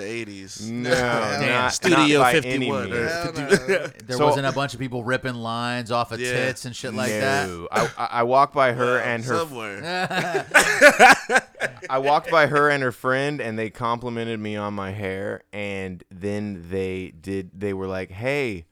*laughs* 80s. *laughs* No, Damn. not, Studio not by 51 Any or means. Hell no. There So- wasn't a bunch of people ripping lines off of tits and shit like No. I, I- I walked by her Well, and her. somewhere. I walked by her and her friend, and they complimented me on my hair, and then they did. They were like, "Hey,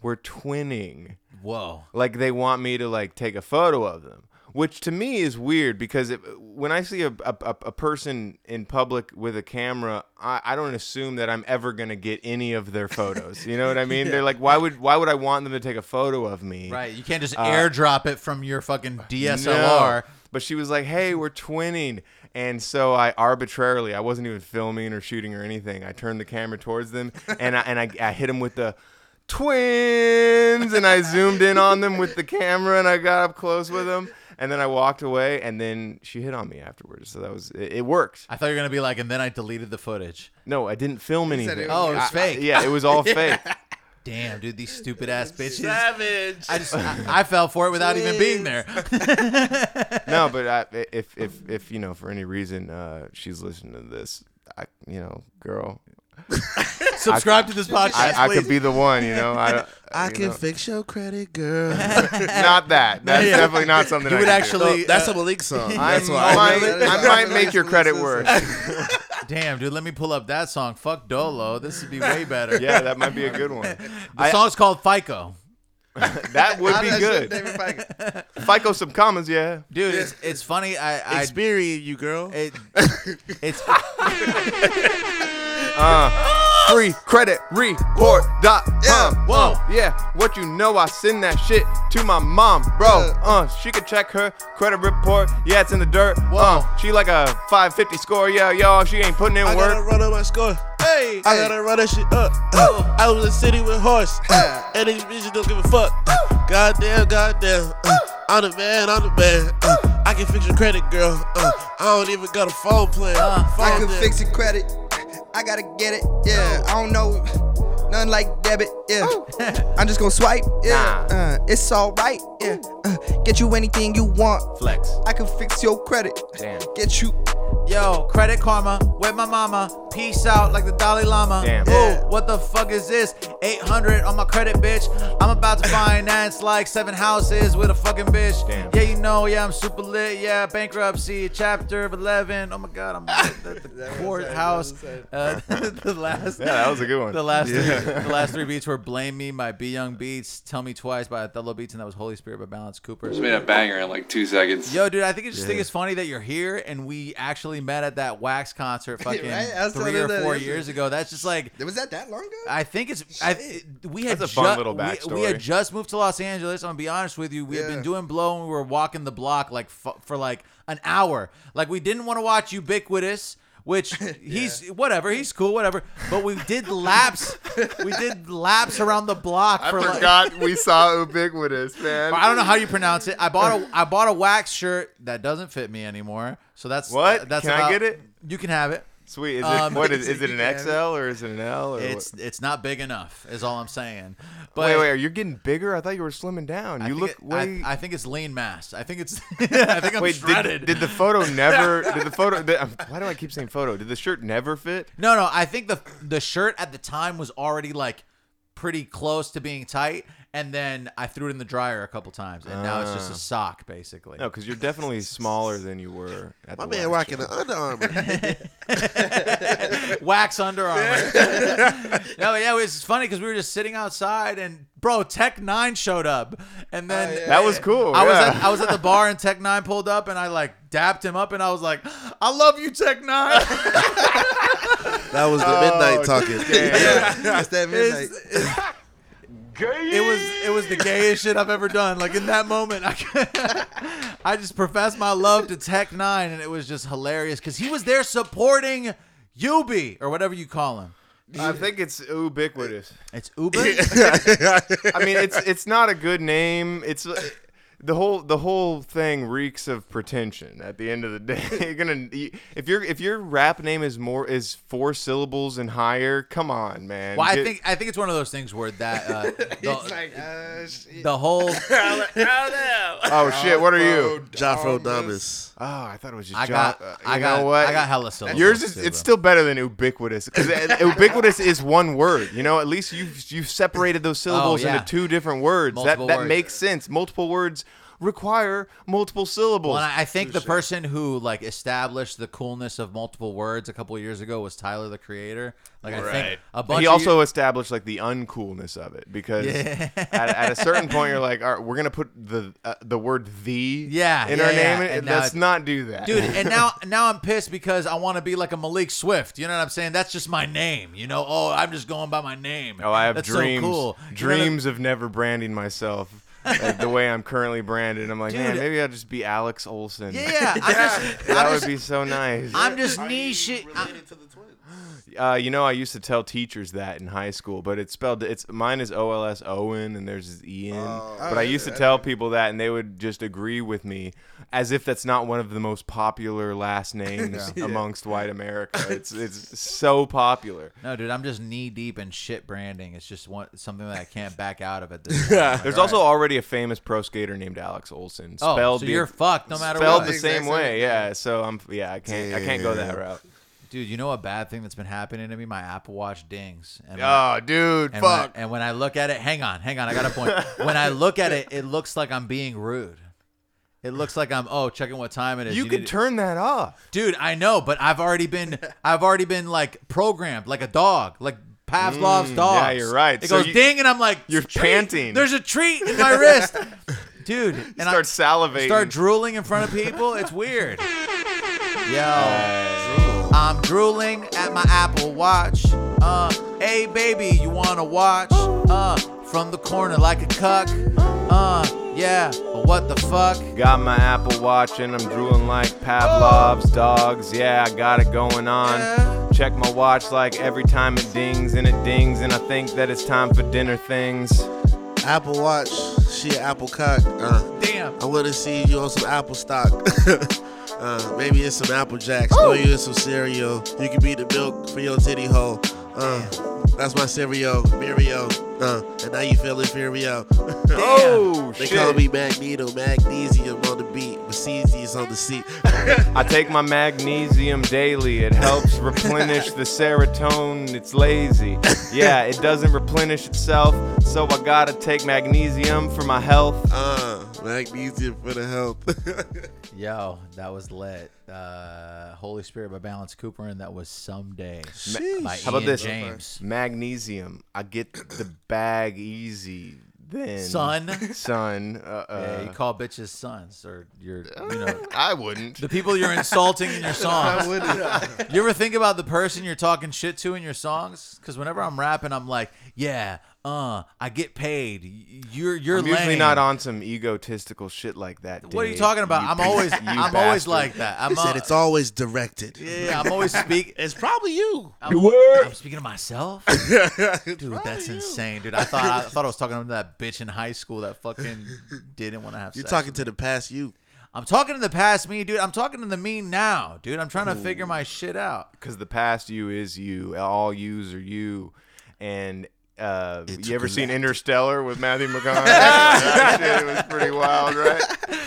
we're twinning." Whoa. Like they want me to like take a photo of them. Which to me is weird because it, when I see a, a, a a person in public with a camera, I, I don't assume that I'm ever gonna get any of their photos. You know what I mean? *laughs* Yeah. They're like, why would why would I want them to take a photo of me? that. Right. You can't just Uh, airdrop it from your fucking no. DSLR. But she was like, "Hey, we're twinning," and so I arbitrarily, I wasn't even filming or shooting or anything. I turned the camera towards them, and I and I, I hit them with the twins, and I zoomed in on them with the camera, and I got up close with them, and then I walked away, and then she hit on me afterwards. So that was it, it worked. I thought you were gonna be like, and then I deleted the footage. No, I didn't film He anything. said it was- Oh, it was I- I- fake. yeah, it was all *laughs* Yeah. fake. Damn, dude, these stupid ass bitches. Savage. I just, I, I fell for it without even being there. no, but I, if if if you know for any reason uh, she's listening to this, I you know, girl, *laughs* Subscribe I- to this podcast, I, I could please. be the one, you know. *laughs* I, don't- I you can know. fix your *laughs* credit, girl. Not that. That's Yeah. definitely not something. You I would could actually, Do. No, that's uh, a Malik song. *laughs* I That's why. might, Really? I might make your credit worse. Damn, dude, let me pull up that song. Fuck Dolo. This would be way better. Yeah, that might be a good one. The I- song's called FICO. That would be good. FICO some commas, yeah. Dude, it's it's funny. I, I Experian, you girl. It, it's Uh, free credit report dot yeah, whoa yeah what you know i send that shit to my mom bro uh she could check her credit report yeah it's in the dirt whoa she like a 550 score yeah y'all she ain't putting in I work gotta run up my score. Hey, I gotta run that shit up. Uh, I was in the city with horse, uh, *laughs* and these bitches don't give a fuck. Uh, goddamn, goddamn. Uh, I'm the man, I'm the man. Uh, I can fix your credit, girl. Uh, I don't even got a phone plan. phone I can plan. fix your credit. I gotta get it. Yeah, Oh. I don't know. Nothing like debit. Yeah, Oh. *laughs* I'm just gonna swipe. Yeah, uh, it's alright. Yeah, uh, get you anything you want. Flex. I can fix your credit. Damn. Get you. Yo, credit karma with my mama. Peace out like the Dalai Lama. Damn. Ooh, what the fuck is this? 800 on my credit, bitch. I'm about to finance like seven houses with a fucking bitch. Damn. Yeah, you know, yeah, I'm super lit. Yeah, bankruptcy, chapter of 11. Oh my God, I'm at *laughs* the, the courthouse. Uh, *laughs* the last. Yeah, that was a good one. The last, Yeah. three, *laughs* the last three beats were Blame Me by B Young Beats, Tell Me Twice by Othello Beats, and that was Holy Spirit by Balance Cooper. Just made a banger in like two seconds. Yo, dude, I think I just think Yeah. it's funny that you're here and we actually met at that wax concert fucking *laughs* Right? I was three telling or that four yesterday. years ago. That's just like Was that that long ago? *laughs* I *laughs* think it's I we had That's a fun ju- little we, we had backstory. just moved to Los Angeles. I'm gonna be honest with you. We had Yeah. been doing blow and we were walking the block like f- for like an hour. Like we didn't want to watch Ubiquitous. *laughs* Which he's whatever he's cool whatever, but we did laps, we did laps around the block. I for like- forgot we saw ubiquitous, man. I don't know how you pronounce it. I bought a I bought a wax shirt that doesn't fit me anymore. So that's uh, What? That's Can I about- get it? You can have it. Sweet. Is it, what is, is it an XL or is it an L? Or Um, It's it's not big enough. Is all I'm saying. what? But wait, wait. Are you getting bigger? I thought you were slimming down. I you think look it- I- way. I, think it's lean mass. I think *laughs* it's. *laughs* I think I'm Wait, shredded. Did, did the *laughs* photo never? Did the photo? The, um, why do I keep saying photo? Did the shirt never fit? No, no. I think the the shirt at the time was already like pretty close to being tight, and then I threw it in the dryer a couple times, and now it's just Ah. a sock basically. No, because you're definitely smaller than you were. At My the man last rocking show. the Under Armour. Wax Under Armour. *laughs* no, yeah, it was funny because we were just sitting outside, and bro, Tech Nine showed up, and then That was cool, I was yeah. at, I was at the bar, and Tech Nine pulled up, and I like dapped him up, and I was like, "I love you, Tech Nine. *laughs* That was the Oh, *laughs* midnight talking. It's that *laughs* midnight. It was it was the gayest shit I've ever done. Like in that moment, I, *laughs* I just professed my love to Tech Nine, and it was just hilarious because he was there supporting Yubi or whatever you call him. I think it's ubiquitous. It's Uber. *laughs* I mean, it's it's not a good name. It's uh, the whole the whole thing reeks of pretension. At the end of the day, *laughs* you're gonna you- if your if your rap name is more is four syllables and higher. Come on, man. Well, I Get- think I think it's one of those things where that uh, It's the, like, uh, shit. *laughs* the whole. *laughs* Oh shit! What are you? Jafro Damas. Oh, I thought it was just. I Jo- got- uh, I you got- Know what? I got hella syllables, Yours is. too, It's though. still better than ubiquitous because ubiquitous is one word. You know, at least you've you've separated those syllables Oh, yeah. into two different words. Multiple that that words. makes sense. Multiple words require multiple syllables. Well, and I I think the person who like established the coolness of multiple words a couple of years ago was Tyler the Creator. Like I think a bunch. he of also established like the uncoolness of it because Yeah. at, at a *laughs* certain point you're like, all right, we're gonna put the uh, the word the Yeah, in yeah, our yeah. name. And now Let's it- not do that, dude *laughs* and now now i'm pissed because i want to be like a malik swift you know what i'm saying that's just my name you know oh i'm just going by my name Oh, I have that's dreams. so cool You know what I'm- Dreams of never branding myself like the way I'm currently branded. I'm like, man, Dude. maybe I'll just be Alex Olson. yeah, I'm *laughs* just, that I'm would just, be so nice. I'm just niche. I- Uh, you know, I used to tell teachers that in high school, but it's spelled. It's mine is O L S Owen, and theirs is E N. Oh, but I used to tell people that, and they would just agree with me, as if that's not one of the most popular last names *laughs* Yeah. amongst white America. *laughs* It's it's so popular. no, dude, I'm just knee deep in shit branding. It's just one, something that I can't back out of *laughs* at this point. I'm like, There's all also right. already a famous pro skater named Alex Olson. Oh, Spelled so the- you're fucked no matter spelled what. the Exact same same way, yeah. So I'm yeah, I can't I can't go that route. Dude, you know a bad thing that's been happening to me? My Apple Watch dings. And when I- Oh, dude, and when I- fuck. and when I look at it, hang on, hang on, I got a point. when I look at it, it looks like I'm being rude. It looks like I'm oh checking what time it is. you need could to- turn that off. dude. I know, but I've *laughs* already been I've already been like programmed like a dog, like Pavlov's Mm, dog. yeah, you're right. It So goes you- ding, and I'm like You're "Treat! panting." There's a treat in my *laughs* wrist, dude. And Start I salivating. start drooling in front of people. It's weird. Yo, I'm drooling at my Apple Watch. Uh, hey baby, you wanna watch? Uh, from the corner like a cuck. Uh, yeah, what the fuck? Got my Apple Watch and I'm drooling like Pavlov's dogs. Yeah, I got it going on. Check my watch like every time it dings and it dings, and I think that it's time for dinner things. Apple Watch. She an Apple cock. Uh, Damn. I want to see you on some Apple stock. *laughs* uh, maybe it's some Apple Jacks. Throw you in some cereal. You can be the milk for your titty hole. Uh, that's my cereal, Mario. Uh, and now you feel inferior. *laughs* Oh, they shit. call me Magneto, Magnesium on the beat, Magnesium's on *laughs* the seat. I take my magnesium daily. It *laughs* helps replenish the serotonin. It's lazy. Yeah, it doesn't replenish itself, so I gotta take magnesium for my health. Uh, magnesium for the health. *laughs* Yo, that was lit. Uh, Holy Spirit by Balance Cooper, and that was someday. By How about Ian this? James. Magnesium. I get the bag easy. Then Son. son. Uh, uh, Yeah, you call bitches sons, or you're, you *laughs* know, I wouldn't. the people you're insulting in your songs. I wouldn't. You ever think about the person you're talking shit to in your songs? Because whenever I'm rapping, I'm like, yeah, uh, I get paid. Y- You're you're I'm usually lame. not on some egotistical shit like that. What are you Dave, talking about? you I'm piece- *laughs* always you I'm always bastard. like that. I'm He said uh, it's always directed. yeah, I'm always speak. It's probably you. I'm, I'm speaking to *laughs* myself. Dude, that's insane, dude. I thought I thought I was talking to that bitch in high school that fucking didn't want to have You're sex. talking to the past you. I'm talking in the past me, dude. I'm talking in the me now, dude. I'm trying to figure my shit out. because the past you is you. All yous are you. And uh, you ever seen Interstellar with *laughs* Matthew McConaughey? That shit was pretty wild, right?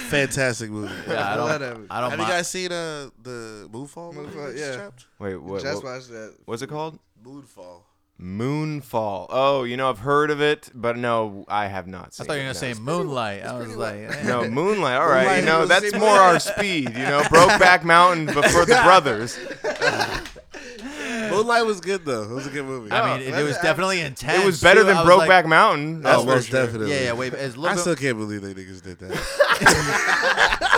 Fantastic movie. *laughs* Yeah, I don't- I don't Have mind- you guys seen uh, the Moonfall? movie Moonfall, we yeah. chopped? Wait, what? Just what- watched that. What's it called? Moonfall. Moonfall. Oh, you know I've heard of it, but no, I have not I seen. thought you it, no. were gonna say moonlight. I was like, eh. No, Moonlight. All right, Moonlight you know was that's the more our speed. You know, Brokeback Mountain before the brothers. *laughs* Moonlight was good though. It was a good movie. I *laughs* mean, it, it was definitely intense. It was better too. than I was like- Brokeback Mountain. That's oh, for most sure. definitely. Yeah, yeah, wait, it's a I little still bit- can't believe they niggas did that.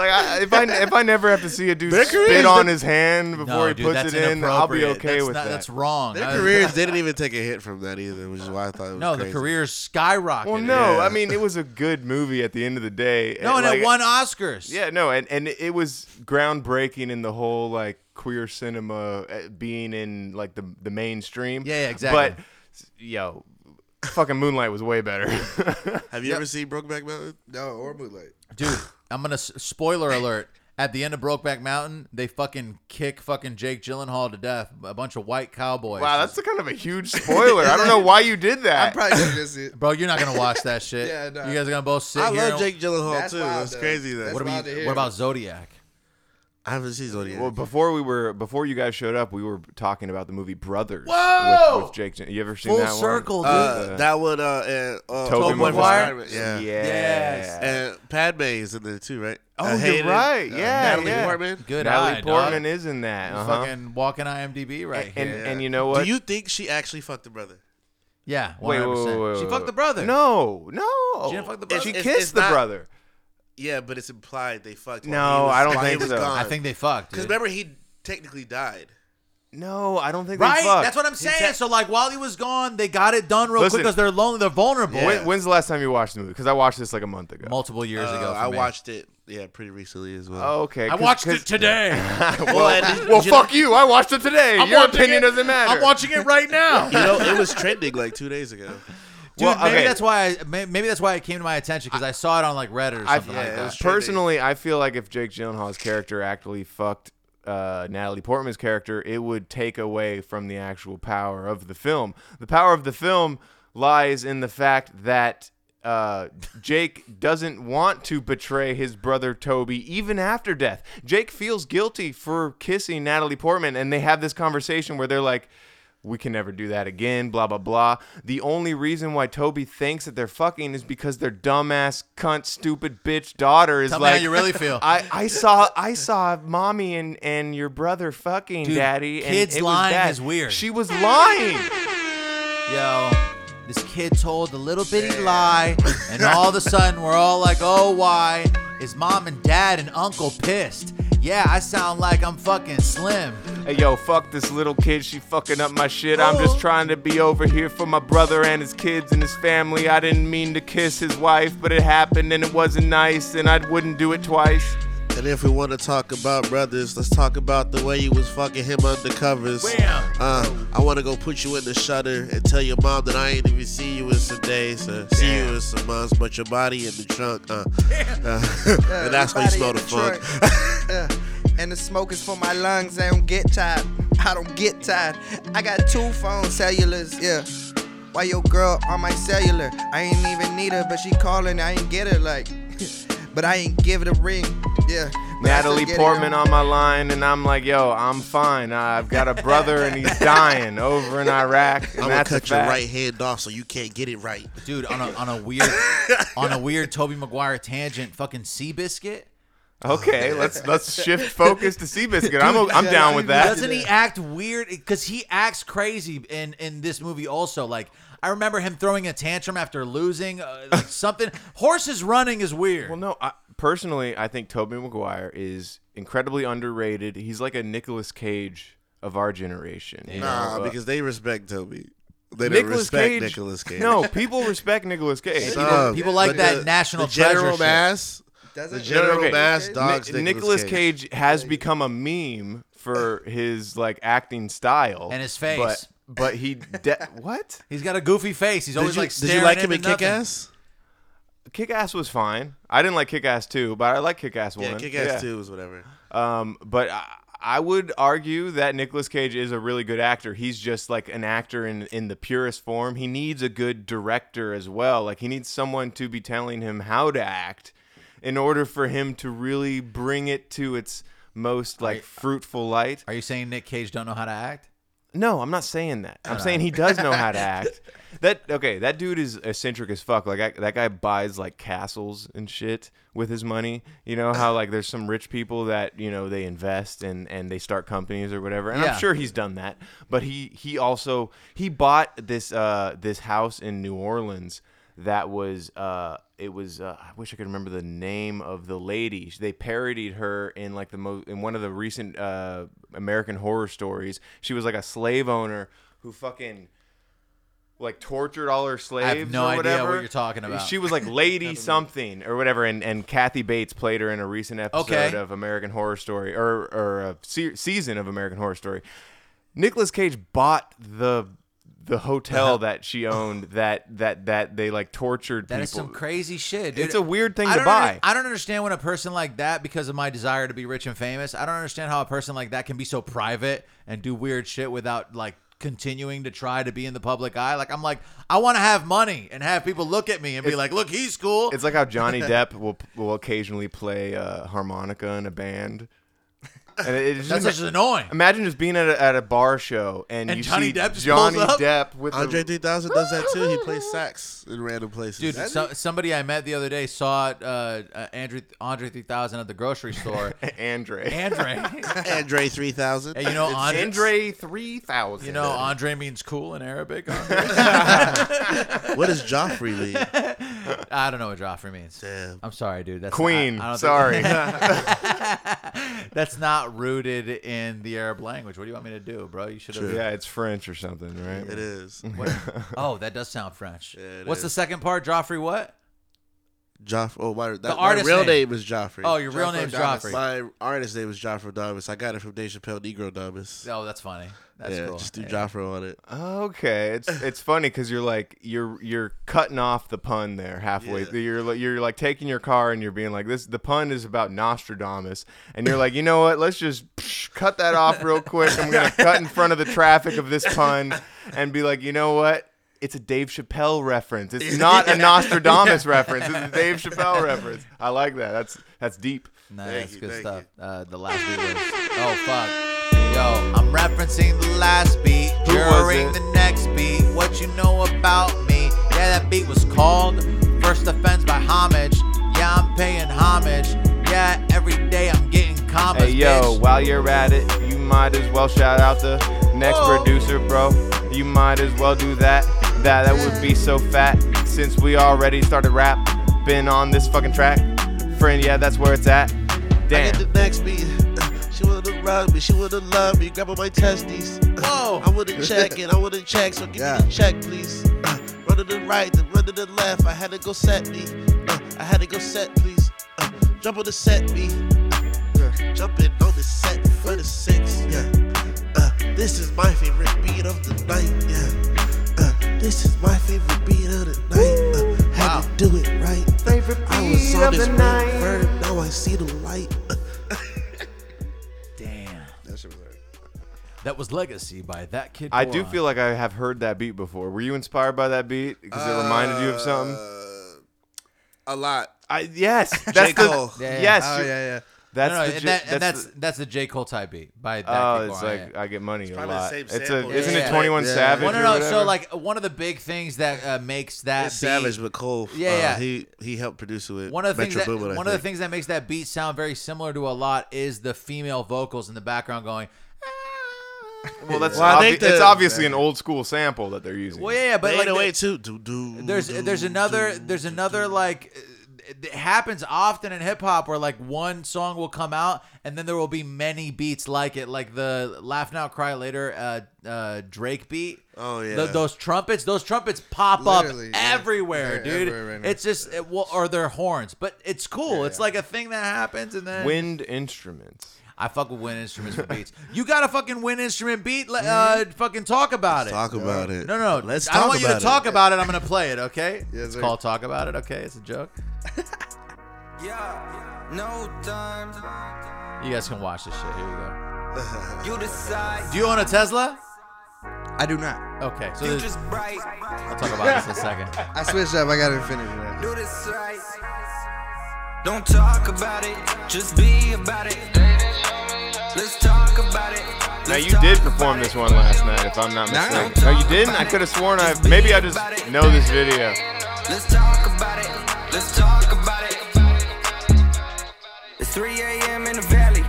like I, if I if I never have to see a dude Bickering spit is on the- his hand before No, he dude, puts that's it in, I'll be inappropriate. okay That's with not- that. that's wrong. *laughs* Their I- careers they didn't even take a hit from that either, which is why I thought it was No, the crazy. career skyrocketed. Well, no, Yeah. I mean it was a good movie at the end of the day. No, and like- it won Oscars. Yeah, no, and and it was groundbreaking in the whole like queer cinema uh, being in like the the mainstream. Yeah, yeah, exactly. But yo, fucking Moonlight was way better. *laughs* Have you ever seen Brokeback Mountain? No, or Moonlight. dude. I'm gonna s- spoiler alert. At the end of Brokeback Mountain, they fucking kick fucking Jake Gyllenhaal to death. A bunch of white cowboys. wow, that's a kind of a huge spoiler. I don't know why you did that. I *laughs* probably should miss it. Bro, you're not gonna watch that shit. Yeah, nah. You guys are gonna both sit I here. love and- Jake Gyllenhaal That's too. wild, That's though. crazy though. That's What wild about to you, hear. what about Zodiac? I haven't seen Zodiac. Well, before we were before you guys showed up, we were talking about the movie Brothers. Whoa! With, with Jake, Gyllen- you ever seen Full that one? circle, dude. uh, The- that one, uh, and uh, Tobey Tobey Maguire? Maguire. Yeah. yeah. and Padme is in there too, right? Oh, Uh, you're Hayden, right. uh, Yeah, Natalie yeah. Portman. Good Natalie eye, Portman dog. is in that. You Uh-huh. Fucking walking IMDb right and here. and you know what? Do you think she actually fucked the brother? yeah, Wait, wait, 100%. wait, wait, she wait, fucked wait. the brother. No, no. She didn't fuck the It's- brother? She It's- kissed it's the not- brother. Yeah, but it's implied they fucked. No, I don't think so. I think they fucked. because dude. remember he technically died. No, I don't think Right? they fucked. That's what I'm saying. So like while he was gone, they got it done real quick Listen. because they're lonely, they're vulnerable. When, when's the last time you watched the movie? Because I watched this like a month ago. Multiple years Uh, ago. for I me. watched it. Yeah, pretty recently as well. Oh, okay. I 'cause- watched 'cause- it today. *laughs* well, and- Well, you fuck you. I watched it today. I'm Your watching opinion it. doesn't matter. I'm watching it right now. Know, you know, it was trending like two days ago. Dude, Well, maybe okay. that's why I may- maybe that's why it came to my attention because I saw it on like Reddit or I, something like yeah, it was that. true. personally, I feel like if Jake Gyllenhaal's character actually fucked uh, Natalie Portman's character, it would take away from the actual power of the film. The power of the film lies in the fact that uh, Jake doesn't want to betray his brother Toby even after death. Jake feels guilty for kissing Natalie Portman, and they have this conversation where they're like, we can never do that again, blah, blah, blah. The only reason why Toby thinks that they're fucking is because their dumbass, cunt, stupid bitch daughter is Tell me how like, you really feel. *laughs* I, I saw I saw mommy and, and your brother fucking Dude, daddy. And kids it was lying bad." is weird. She was lying. Yo, this kid told a little bitty lie, and all of a sudden we're all like, oh, why? Is mom and dad and uncle pissed? Yeah, I sound like I'm fucking slim. Hey, yo, fuck this little kid. She fucking up my shit. I'm Oh. just trying to be over here for my brother and his kids and his family. I didn't mean to kiss his wife, but it happened and it wasn't nice, and I wouldn't do it twice. And if we want to talk about brothers, let's talk about the way you was fucking him undercovers. Wham! Uh, I want to go put you in the shutter and tell your mom that I ain't even see you in some days, or see you in some months, but your body in the trunk. *laughs* Uh, uh, *laughs* and that's when you smell the funk. funk. and the smoke is for my lungs. I don't get tired. I don't get tired. I got two phone cellulars. Yeah. Why your girl on my cellular? I ain't even need her, but she calling. I ain't get her like. *laughs* but I ain't give it a ring. Yeah. But I still Natalie get it, um, Portman um, though. on my line, and I'm like, yo, I'm fine. I've got a brother, and he's dying over in Iraq, and I'm gonna that's a cut your fact. right hand off so you can't get it right. Dude, on a, on a weird on a weird Toby Maguire tangent, fucking Seabiscuit. *laughs* Okay, let's let's shift focus to Seabiscuit. I'm I'm down with that. e Doesn't he act weird? Because he acts crazy in in this movie also. Like I remember him throwing a tantrum after losing uh, *laughs* like something. Horses running is weird. Well, no, I, personally, I think Tobey Maguire is incredibly underrated. He's like a Nicolas Cage of our generation. you Nah, know? Uh, because they respect Toby. They don't Nicolas respect Cage, Nicolas Cage. *laughs* No, people respect Nicolas Cage. people- Son, people like but that national the general treasure shit. mass. Doesn't The it? general Okay. mass Ni- dogs. Ni- Nicolas Cage has become a meme for his like acting style And his face. But, but he de- what? *laughs* He's got a goofy face. He's always Did you, like did staring you like at him in nothing. Kick Ass? Kick Ass was fine. I didn't like Kick Ass 2, but I like Kick Ass 1. Yeah, Kick-Ass 2 was whatever. Um, but I, I would argue that Nicolas Cage is a really good actor. He's just like an actor in, in the purest form. He needs a good director as well. Like, he needs someone to be telling him how to act in order for him to really bring it to its most like fruitful light. Are you saying Nick Cage don't know how to act? No, I'm not saying that. I'm All saying right. he does know *laughs* how to act. That okay, that dude is eccentric as fuck. Like I, that guy buys like castles and shit with his money. You know how like there's some rich people that, you know, they invest and and they start companies or whatever. And Yeah. I'm sure he's done that. But he he also he bought this uh this house in New Orleans that was uh it was uh, I wish I could remember the name of the lady. They parodied her in like the mo- in one of the recent uh American horror stories. She was like a slave owner who fucking like tortured all her slaves. no or idea what whatever. you're talking about. She was like *laughs* Lady something or whatever, and, and Kathy Bates played her in a recent episode Okay. of American Horror Story or or a se- season of American Horror Story. Nicolas Cage bought the the Uh-huh. hotel that she owned that that that they like tortured That people. is some crazy shit, dude. It's a weird thing I to don't buy. under- I don't understand when a person like that, because of my desire to be rich and famous, I don't understand how a person like that can be so private and do weird shit without like continuing to try to be in the public eye. Like I'm like, I want to have money and have people look at me and be It's- like, look, he's cool. It's like how *laughs* Johnny Depp will will occasionally play uh, harmonica in a band. And it- it just- That's just annoying. Imagine just being at a, at a bar show and, And you Johnny see Depp just Johnny pulls up? Depp with Andre a, 3000 does that too. He plays sax in random places. Dude, so, somebody I met the other day saw uh, uh, Andre Andre 3000 at the *laughs* grocery store. *laughs* Andre. *laughs* Andre. Andre 3000. Hey, you know, It's Andre, Andre 3000. You know, Andre means cool in Arabic. Andre. What does Joffrey mean? I don't know what Joffrey means. I'm sorry, dude. That's Queen. I- I don't Sorry. *laughs* that's not rooted in the Arab language. What do you want me to do, bro? You should have. yeah, it's French or something, right? It is. *laughs* What- oh, that does sound French. it What's the is. second part, Joffrey? What? Joff. Oh, my, that, The my artist real name. name. is Joffrey. Oh, your real Joffrey name's Domus. Joffrey. My artist name is Joffrey Domus. I got it from Dave Chappelle, Negro Domus. Oh, that's funny. That's yeah, cool. just do Yeah. Joffrey on it. Okay, it's it's funny because you're like you're you're cutting off the pun there halfway. Yeah. You're like you're like taking your car and you're being like this. The pun is about Nostradamus, and you're like, you know what? Let's just psh, cut that off real quick. I'm gonna cut in front of the traffic of this pun and be like, you know what? It's a Dave Chappelle reference. It's not a Nostradamus reference. It's a Dave Chappelle reference. I like that. That's that's deep. No, Thank that's you, good thank stuff. Uh, the last beat was. Oh fuck. Yo, I'm referencing the last beat Who was during it? the next beat. What you know about me? Yeah, that beat was called First Offense by Homage. Yeah, I'm paying homage. Yeah, every day I'm getting comments. Hey yo, bitch. while you're at it, you might as well shout out the next Oh. producer, bro. You might as well do that. That that would be so fat since we already started rap. Been on this fucking track, friend. Yeah, that's where it's at. I get Damn. the next beat. She wanna rock me, she wanna love me, grab on my testes. Uh, Whoa! I wanna check it, I wanna check, so give me the check, please. Uh, run to the right, then run to the left. I had to go set me. Uh, I had to go set, please. Uh, jump on the set me. Uh, jumping on the set for the six. Yeah. Uh, this is my favorite beat of the night. Yeah. Uh, this is my favorite beat of the night. Uh, had to do it right. Favorite beat I was on of this the red night. bird, now I see the light. Uh, Damn. That shit was hard. That was Legacy by that kid. I do Boron. feel like I have heard that beat before. Were you inspired by that beat because it reminded you Uh, of something? A lot. I *laughs* yes, that's the J. Cole. Yeah, yeah. yes. Oh, you- yeah, yeah. That's No, no, the and j- that- and that's that's that's the J Cole type beat by that. Oh, kid it's Boron, yeah. like I get money a probably the lot. same it's a, sample. isn't Yeah. it 21 Yeah. Savage? Well, no, or no. whatever? So like one of the big things that uh, makes that It's beat, Savage with Cole. Yeah, uh, yeah. He he helped produce it with one of the things Metro that, Boomin, I one of the think. things that makes that beat sound very similar to a lot is the female vocals in the background going. "Ah." Well, that's Well, I obvi- think the- it's obviously an old school sample that they're using. Well, yeah, yeah, but But like like away the- too. Do, do, there's do, there's another do. there's another like uh, it happens often in hip hop where like one song will come out and then there will be many beats like it like the laugh now cry later uh uh Drake beat Oh, Th- yeah. those trumpets those trumpets pop Literally, up yeah. everywhere They're dude everywhere right now. it's just it, well, or their horns but it's cool it's like a thing that happens and then Wind instruments. I fuck with wind instruments for *laughs* beats. You got a fucking wind instrument beat? Let- Uh, Mm-hmm. fucking talk about it. Talk about it. No, no, no. Let's I don't talk want you to about it. talk about it. I'm gonna play it. *laughs* Okay. Yes, it's sir. called talk about it. Okay. It's a joke. Yeah, no time. You guys can watch this shit. Here we go. You decide. Do you own a Tesla? I do not. Okay. Uh, So You there's- just bright. I'll talk about this in a second. *laughs* I switched up. I got Infinity now. Do this right. Don't talk about it. Just be about it. Let's talk about it. Now you did perform this one last night, if I'm not mistaken. No, you didn't. I could have sworn I. Maybe I just know this video. Let's talk about it. Let's talk about it. It's 3 a.m. in the valley.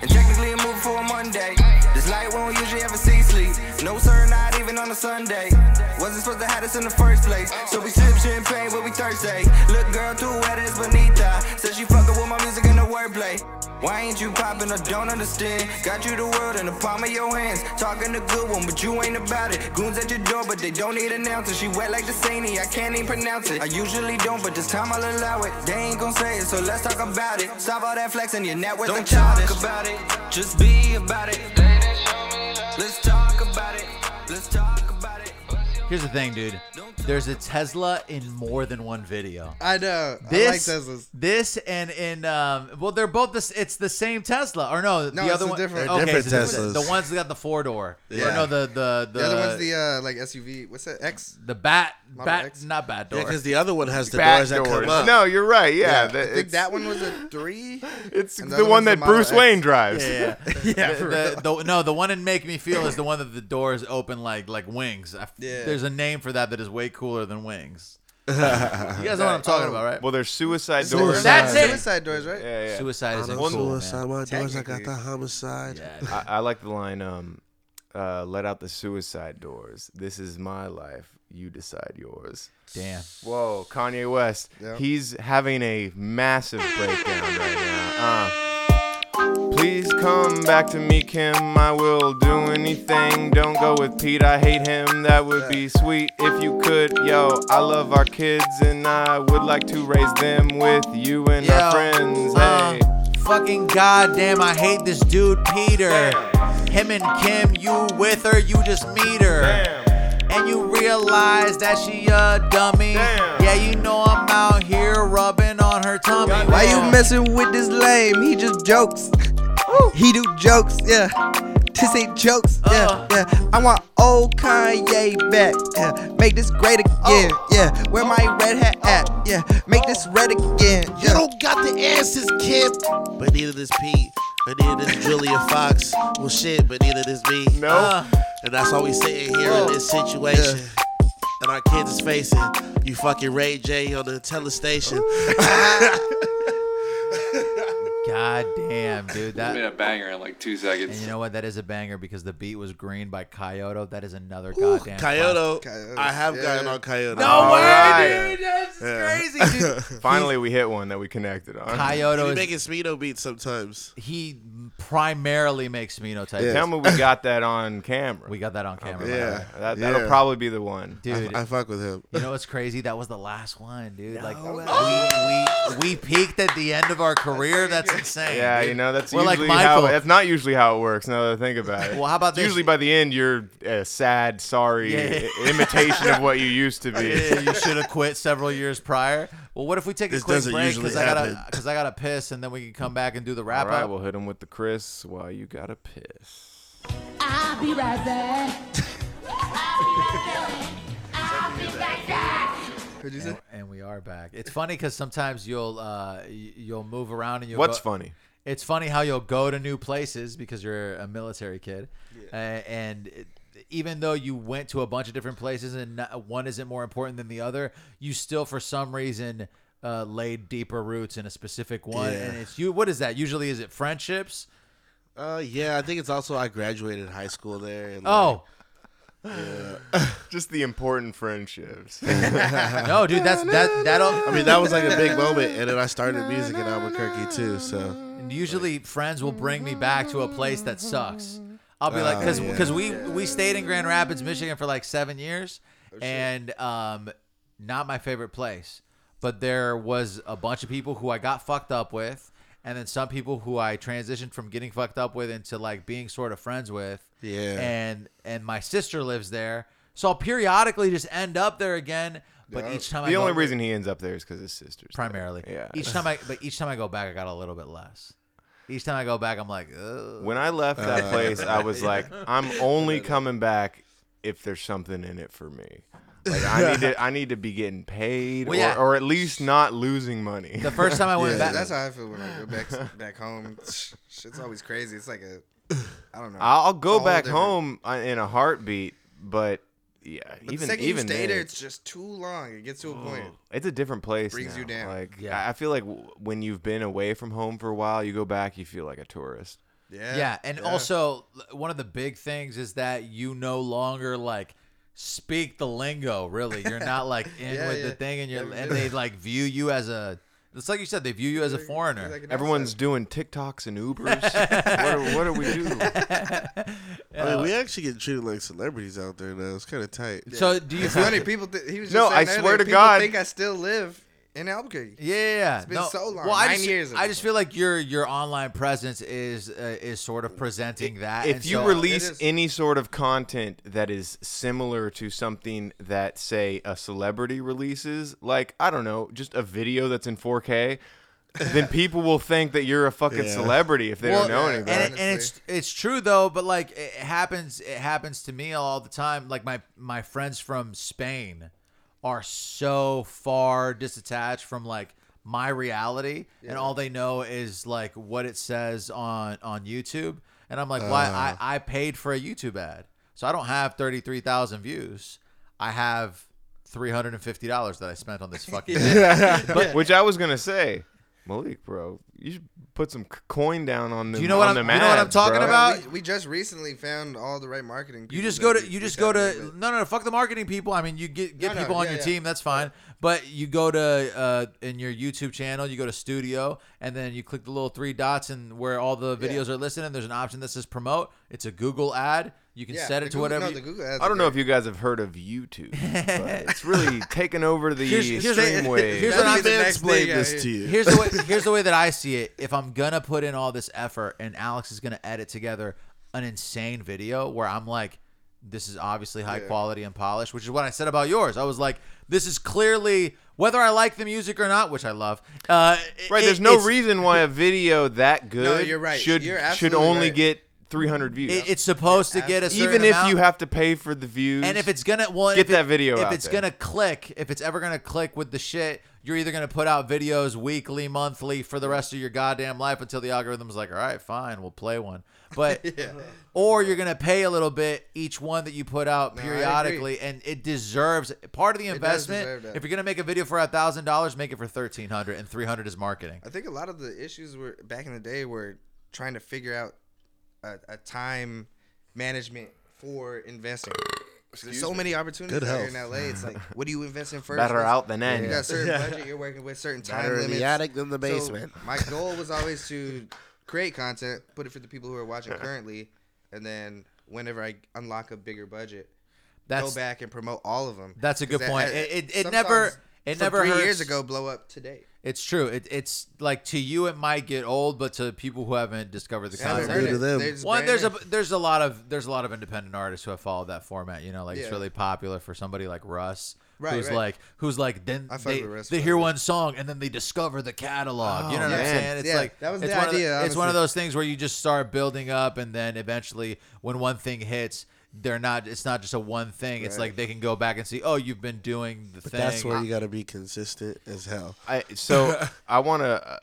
And technically, I'm moving for a Monday. This light won't usually ever see sleep. No, sir, not even on a Sunday. Wasn't supposed to have this in the first place. So we sip champagne, but we Thursday. Look, girl, too wet is Bonita. Says she fucking with my music and the wordplay. Why ain't you popping? I don't understand. Got you the world in the palm of your hands. Talking a good one, but you ain't about it. Goons at your door, but they don't need an ounce. And She wet like the Saini, I can't even pronounce it. I usually don't, but this time I'll allow it. They ain't gon' say it, so let's talk about it. Stop all that flexing, your net worth Don't talk about it, just be about it. Let's talk about it. Let's talk about it. Here's the thing, dude. There's a Tesla in more than one video. I know. I like This, Teslas. this, and in um, well, they're both this. It's the same Tesla, or no? the No, it's other a one. different- okay, They're different so this is The, Teslas. the ones that got the four door. Yeah. Or no, the the the, The other one's the uh, like SUV. What's that? X. the bat Model bat X. not bat door. Yeah, *laughs* because the other one has the Back doors that come doors. up. No, you're right. Yeah, I that- think it's- that one was a three. It's and the other one one's a that Model Bruce X. Wayne drives. yeah, yeah. Yeah, for The, the- no, the one in Make Me Feel is the one that the doors open like like wings. I f- Yeah. There's a name for that that is way cooler than wings. *laughs* Oh, you guys know what I'm talking about, right? *laughs* Well, there's suicide Suicide. doors. That's it. Suicide doors, right? Yeah, yeah. Suicide is I'm cool. on man. suicide. My doors, I got Technically. the homicide. I, I like the line. Um, uh, let out the suicide doors. This is my life. You decide yours. Damn. Whoa, Kanye West. Yeah. He's having a massive breakdown right now. Uh, please come back to me, Kim. I will do anything. Don't go with Pete. I hate him. That would be sweet if you could. Yo, I love our kids and I would like to raise them with you and Yo, our friends. uh, Hey. fucking goddamn, I hate this dude, Peter. Him and Kim, you with her, you just meet her. And you realize that she a dummy. Damn. Yeah, you know I'm out here rubbing on her tummy. Why you messing with this lame? He just jokes. He do jokes, yeah. This ain't jokes, yeah, Uh. yeah. I want old Kanye back, yeah. Make this great again, Oh. yeah. Where my red hat at, yeah. Make this red again, *laughs* You yeah. don't got the answers, kid. But neither does Pete. But neither does Julia Fox. Well, shit, but neither does me. Uh, No. And that's why we sitting here in this situation. And our kids is facing you fucking Ray J on the telestation. *laughs* Goddamn, dude. I made That. a banger in like two And seconds. you know what? That is a banger because the beat was green by Kyoto. That is another goddamn. Coyote. Coyote, I have yeah. gotten on Coyote. No All way, right. dude. That's Yeah. crazy, *laughs* dude. Finally, we hit one that we connected on. Kyoto He is making speedo beats sometimes. he primarily makes Mino type. Tell me we got that on camera. We got that on camera. by the way. Yeah. that, that'll Yeah. probably be the one. Dude, I fuck with him. you know what's crazy? That was the last one, dude. like we, we we peaked at the end of our career. That's insane. Yeah, you know that's We're like usually how. Michael. That's not usually how it works. Now that I think about it. Well, how about It's this? Usually by the end, you're a sad, sorry Yeah. i- imitation of what you used *laughs* to be. Yeah, you should have quit several years prior. Well, what if we take This a quick doesn't break usually I gotta happen. *laughs* because I gotta piss and then we can come back and do the All wrap right, up. we'll hit him with the Chris while you gotta piss. I'll be right back. I'll be right back. I'll be right back. What'd you say? and, and we are back. It's funny because sometimes you'll uh y- you'll move around and you'll What's go- funny? it's funny how you'll go to new places because you're a military kid, uh, and it- even though you went to a bunch of different places and not, one isn't more important than the other, you still for some reason uh, laid deeper roots in a specific one. And it's you. What is that? Usually, is it friendships? Uh, yeah, I think it's also I graduated high school there. And Oh Just the important *laughs* friendships. no, dude, that's that that'll. *laughs* I mean, that was like a big moment, and then I started music in Albuquerque too. So Usually, friends will bring me back to a place that sucks. I'll be like, because Oh, yeah. we we stayed in Grand Rapids, Michigan for like seven years, Oh, and um, not my favorite place. But there was a bunch of people who I got fucked up with, and then some people who I transitioned from getting fucked up with into like being sort of friends with. Yeah. And and my sister lives there, so I'll periodically just end up there again. But Yeah. each time I the go only there- reason he ends up there is because his sister's there. primarily, Yeah. Each time I but each time I go back, I got a little bit less. Each time I go back, I'm like, Ugh. When I left that place, I was like, I'm only coming back if there's something in it for me. Like I need to, I need to be getting paid, Well, or, yeah. or at least not losing money. The first *laughs* time I went Yeah. back- That's how I feel when I go back back home. Shit's always crazy. It's like a, I don't know. I'll It's a go whole back different- home uh, in a heartbeat, but yeah, But the even second even you stay then, there, it's just too long. It gets to a point. It's a different place. Brings now. you down. Like Yeah. I I feel like w- when you've been away from home for a while, you go back, you feel like a tourist. Yeah. and also l- one of the big things is that you no longer like speak the lingo. Really, you're *laughs* not like in Yeah, with the yeah. thing, and you're Yeah, and yeah. they like view you as a. It's like you said, they view you as a foreigner. Everyone's doing *laughs* TikToks and Ubers. what, do, what do we do? I mean, we actually get treated like celebrities out there now. It's kind of tight. So do you It's feel- funny, People, th- he was just No, saying I earlier, swear to people God. think I still live in Albuquerque. Yeah, yeah, yeah. It's been No, so long. Well, I nine just, years. I just feel like your your online presence is uh, is sort of presenting that. if and you so- release any sort of content that is similar to something that say a celebrity releases like i don't know just a video that's in 4k *laughs* then people will think that you're a fucking Yeah. celebrity if they Well, don't know anything And, it- and it's it's true though, but like it happens it happens to me all the time. Like my my friends from Spain are so far disattached from like my reality, and all they know is like what it says on on YouTube. And I'm like, why? Uh. Ah. I I paid for a YouTube ad, so I don't have thirty three thousand views. I have. Three hundred and fifty dollars that I spent *laughs* on this fucking, thing. but which i was gonna say malik bro you should put some c- coin down on them you know what on I'm- them you know what ads, I'm talking bro. about? We, we just recently found all the right marketing. You people just that go to we you just reached out go to no no no fuck the marketing people. I mean you get get No, no, people on yeah, your yeah. team that's fine. But you go to uh in your YouTube channel you go to studio and then you click the little three dots and where all the videos are listed and there's an option that says promote. It's a Google ad. You can Yeah, set the it to Google- whatever. no, you- the Google I don't know if you guys have heard of YouTube, *laughs* but it's really taken over the Here's- here's- *laughs* stream wave. here's what I'm- Here's the way. *laughs* Here's the way that I see it. If I'm gonna put in all this effort and Alex is gonna edit together an insane video where I'm like, this is obviously high Yeah. quality and polished, which is what I said about yours. I was like, this is clearly whether I like the music or not, which I love. Uh, Right, it- there's no it's- reason why a video that good you're right. should You're should absolutely only right. get 300 views. It- it's supposed to get a certain even if amount. you have to pay for the views. And if it's gonna well, get if it- that video If out it's there. gonna click, if it's ever gonna click with the shit, you're either gonna put out videos weekly, monthly for the rest of your goddamn life until the algorithm's like, all right, fine, we'll play one. But *laughs* or you're gonna pay a little bit each one that you put out No, I agree. periodically, and it deserves part of the does deserve investment. that. If you're gonna make a video for a thousand dollars, make it for thirteen hundred, and three hundred is marketing. I think a lot of the issues were back in the day were trying to figure out a, a time management for investing. There's so me. many opportunities Good out here health. in LA. *laughs* It's like, what do you invest in first? Better What's- out than in. You got a certain Yeah. budget. You're working with certain time Better in the limits. attic than the So basement. my goal *laughs* was always to create content, put it for the people who are watching Uh-huh. currently, and then whenever I unlock a bigger budget, That's- go back and promote all of them. That's a good 'Cause that- point. that- It- it- it sometimes never- it from never three hurts. years ago blow up today. It's true. It, it's like to you, it might get old, but to people who haven't discovered the Yeah, they're concept, new to them. They're just one brand there's a new. there's a lot of there's a lot of independent artists who have followed that format. You know, like it's Yeah. really popular for somebody like Russ, Right, who's right. like who's like then I fuck they, with Russ they quite a hear one song and then they discover the catalog. you Oh, know what I'm man. saying? It's Yeah, like that was it's the one of idea, it's one of honestly. those things where you just start building up, and then eventually, when one thing hits. They're not. It's not just a one thing. It's Right. like they can go back and see. Oh, you've been doing the But thing. that's where you got to be consistent as hell. I so I want to uh,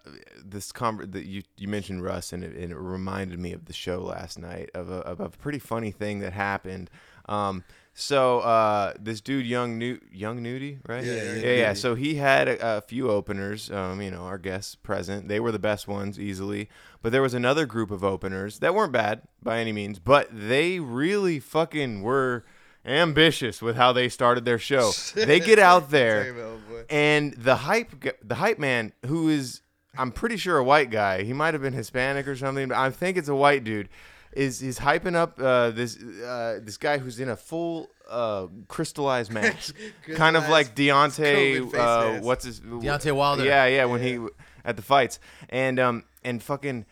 this conver- that you you mentioned Russ and it, and it reminded me of the show last night of a, of a pretty funny thing that happened. Um, so uh, this dude young new young nudie right Yeah, yeah Young yeah, Nudie. so he had a, a few openers um, you know our guests present they were the best ones easily but there was another group of openers that weren't bad by any means but they really fucking were ambitious with how they started their show they get out there and the hype, g- the hype man, who is, I'm pretty sure a white guy. He might have been Hispanic or something, but I think it's a white dude. Is is hyping up uh, this uh, this guy who's in a full uh, crystallized mask, kind of like Crystallized Deontay. COVID face Uh, mask. what's his Deontay Wilder. Yeah, yeah. When he at the fights, and um and fucking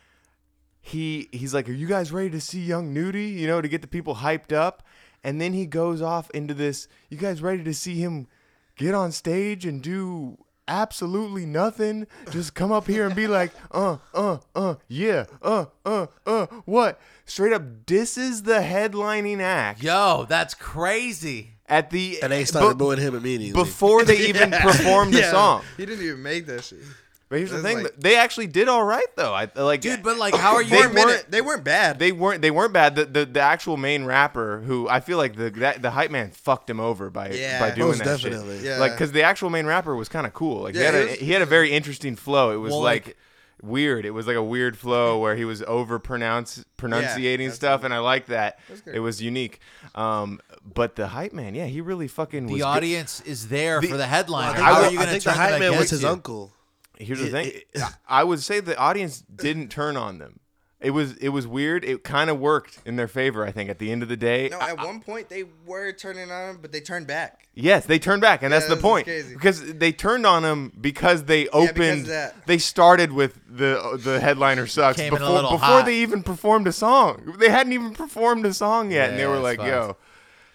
he he's like, "Are you guys ready to see Young Nudie?" You know, to get the people hyped up, and then he goes off into this. You guys ready to see him get on stage and do absolutely nothing? Just come up here and be like, "Uh, uh, uh, yeah, uh, uh, uh, what?" Straight up disses the headlining act. Yo, that's crazy. At the And they started bu- booing him immediately. before they even performed the Yeah. song. He didn't even make that shit. But here's the That's thing: like- they actually did all right, though. I like, dude. But like, how are you? They Wait a minute. weren't. They weren't bad. They weren't. They weren't bad. The, the the actual main rapper, who I feel like the that, the hype man fucked him over by Yeah. by doing Most that definitely. shit. Yeah. Like, because the actual main rapper was kind of cool. Like, Yeah, he had he was- a he had a very interesting flow. It was Well, like. like- Weird. It was like a weird flow where he was over pronounce pronunciating that's stuff, and I like that. That's good. It was unique. Um, but the hype man, yeah, he really fucking was The good. audience is there The- for the Well, I headline. think how the- are you I going to think the turn hype that man was against his you? uncle. Here's the thing. *laughs* I would say the audience didn't turn on them. It was it was weird. It kind of worked in their favor, I think. At the end of the day, No, I- at one point they were turning on him, but they turned back. yes, they turned back, and Yeah, that's the this is point crazy. because they turned on him because they because opened. of that. They started with the the headliner sucks Came in a before little before hot. they even performed a song. They hadn't even performed a song yet, and they Yeah, were it's like, fucked. "Yo."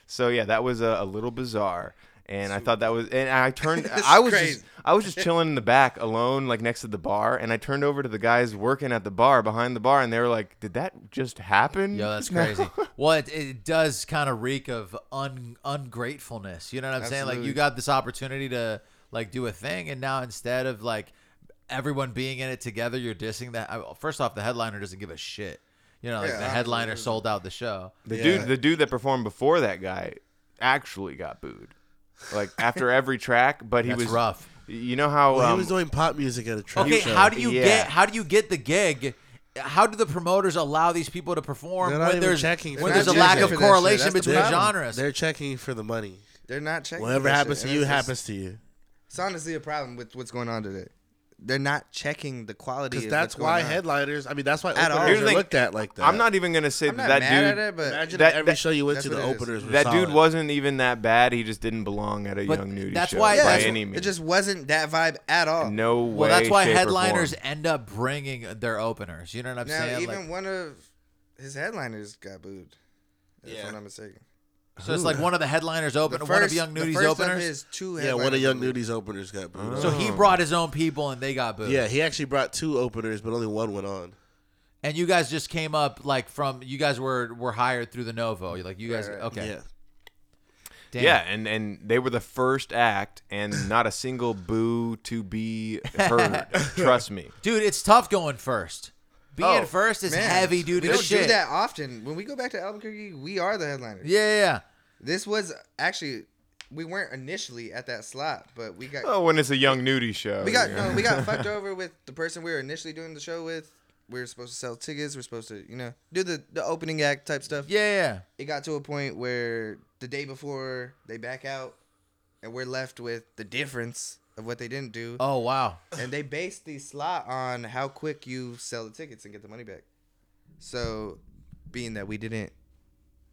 So yeah, that was a, a little bizarre, and I thought that was. And I *laughs* turned. I was crazy. just I was just chilling in the back alone, like next to the bar, and I turned over to the guys working at the bar behind the bar, and they were like, "Did that just happen?" *laughs* Yo, that's No. crazy. well, it, it does kind of reek of un, ungratefulness. You know what I'm saying? Like you Absolutely. got this opportunity to like do a thing, and now instead of like everyone being in it together, you're dissing that. I- First off, the headliner doesn't give a shit. You know, like Yeah, the headliner sold out the show. The Yeah. dude, the dude that performed before that guy, actually got booed, like after every track. But he That's was rough. You know how Well, um, he was doing pop music at a trap Okay, show. how do you Yeah. get how do you get the gig? How do the promoters allow these people to perform They're not when even there's checking for when that there's a shit. lack They're of checking for that shit. correlation That's the between problem. genres? They're checking for the money. They're not checking. Whatever for that happens shit, to and you it's just- happens to you. It's honestly a problem with what's going on today. They're not checking the quality. Because Of that's what's going why on. headliners. I mean, that's why At all. openers Here's the are thing. looked at like that. I'm not even gonna say I'm that that not mad dude. at it, but Imagine that- that, every that- show you went that's to, the what it is. openers. Were That solid. dude wasn't even that bad. He just didn't belong at a But young nudie that's show why- by that's- any means. It just wasn't that vibe at all. no way. Well, that's why shape, or headliners form. end up bringing their openers. You know what I'm Now, saying? even Like- one of his headliners got booed. If Yeah. I'm not mistaken. so it's like one of the headliners The open, one of first- Young the Nudie's first of openers. his two Yeah, one of headliners Young got booed. Nudie's openers got booed. so he brought his own people and they got booed. Yeah, he actually brought two openers, but only one went on. And you guys just came up like from you guys were were hired through the Novo. Like you guys, Right, right. okay, Yeah. damn. Yeah, and and they were the first act, and not a single boo to be *laughs* heard. Trust me. dude, it's tough going first. Being Oh, first is Man, heavy duty We don't shit. do that often. When we go back to Albuquerque, we are the headliners. Yeah, yeah, yeah. This was actually we weren't initially at that slot, but we got Oh, when it's a young nudie show. we got yeah. no, we *laughs* got fucked over with the person we were initially doing the show with. We were supposed to sell tickets. We are supposed to, you know, do the, the opening act type stuff. yeah, yeah. It got to a point where the day before they back out, and we're left with the difference of what they didn't do. Oh wow. and they base the slot on how quick you sell the tickets and get the money back. So, being that we didn't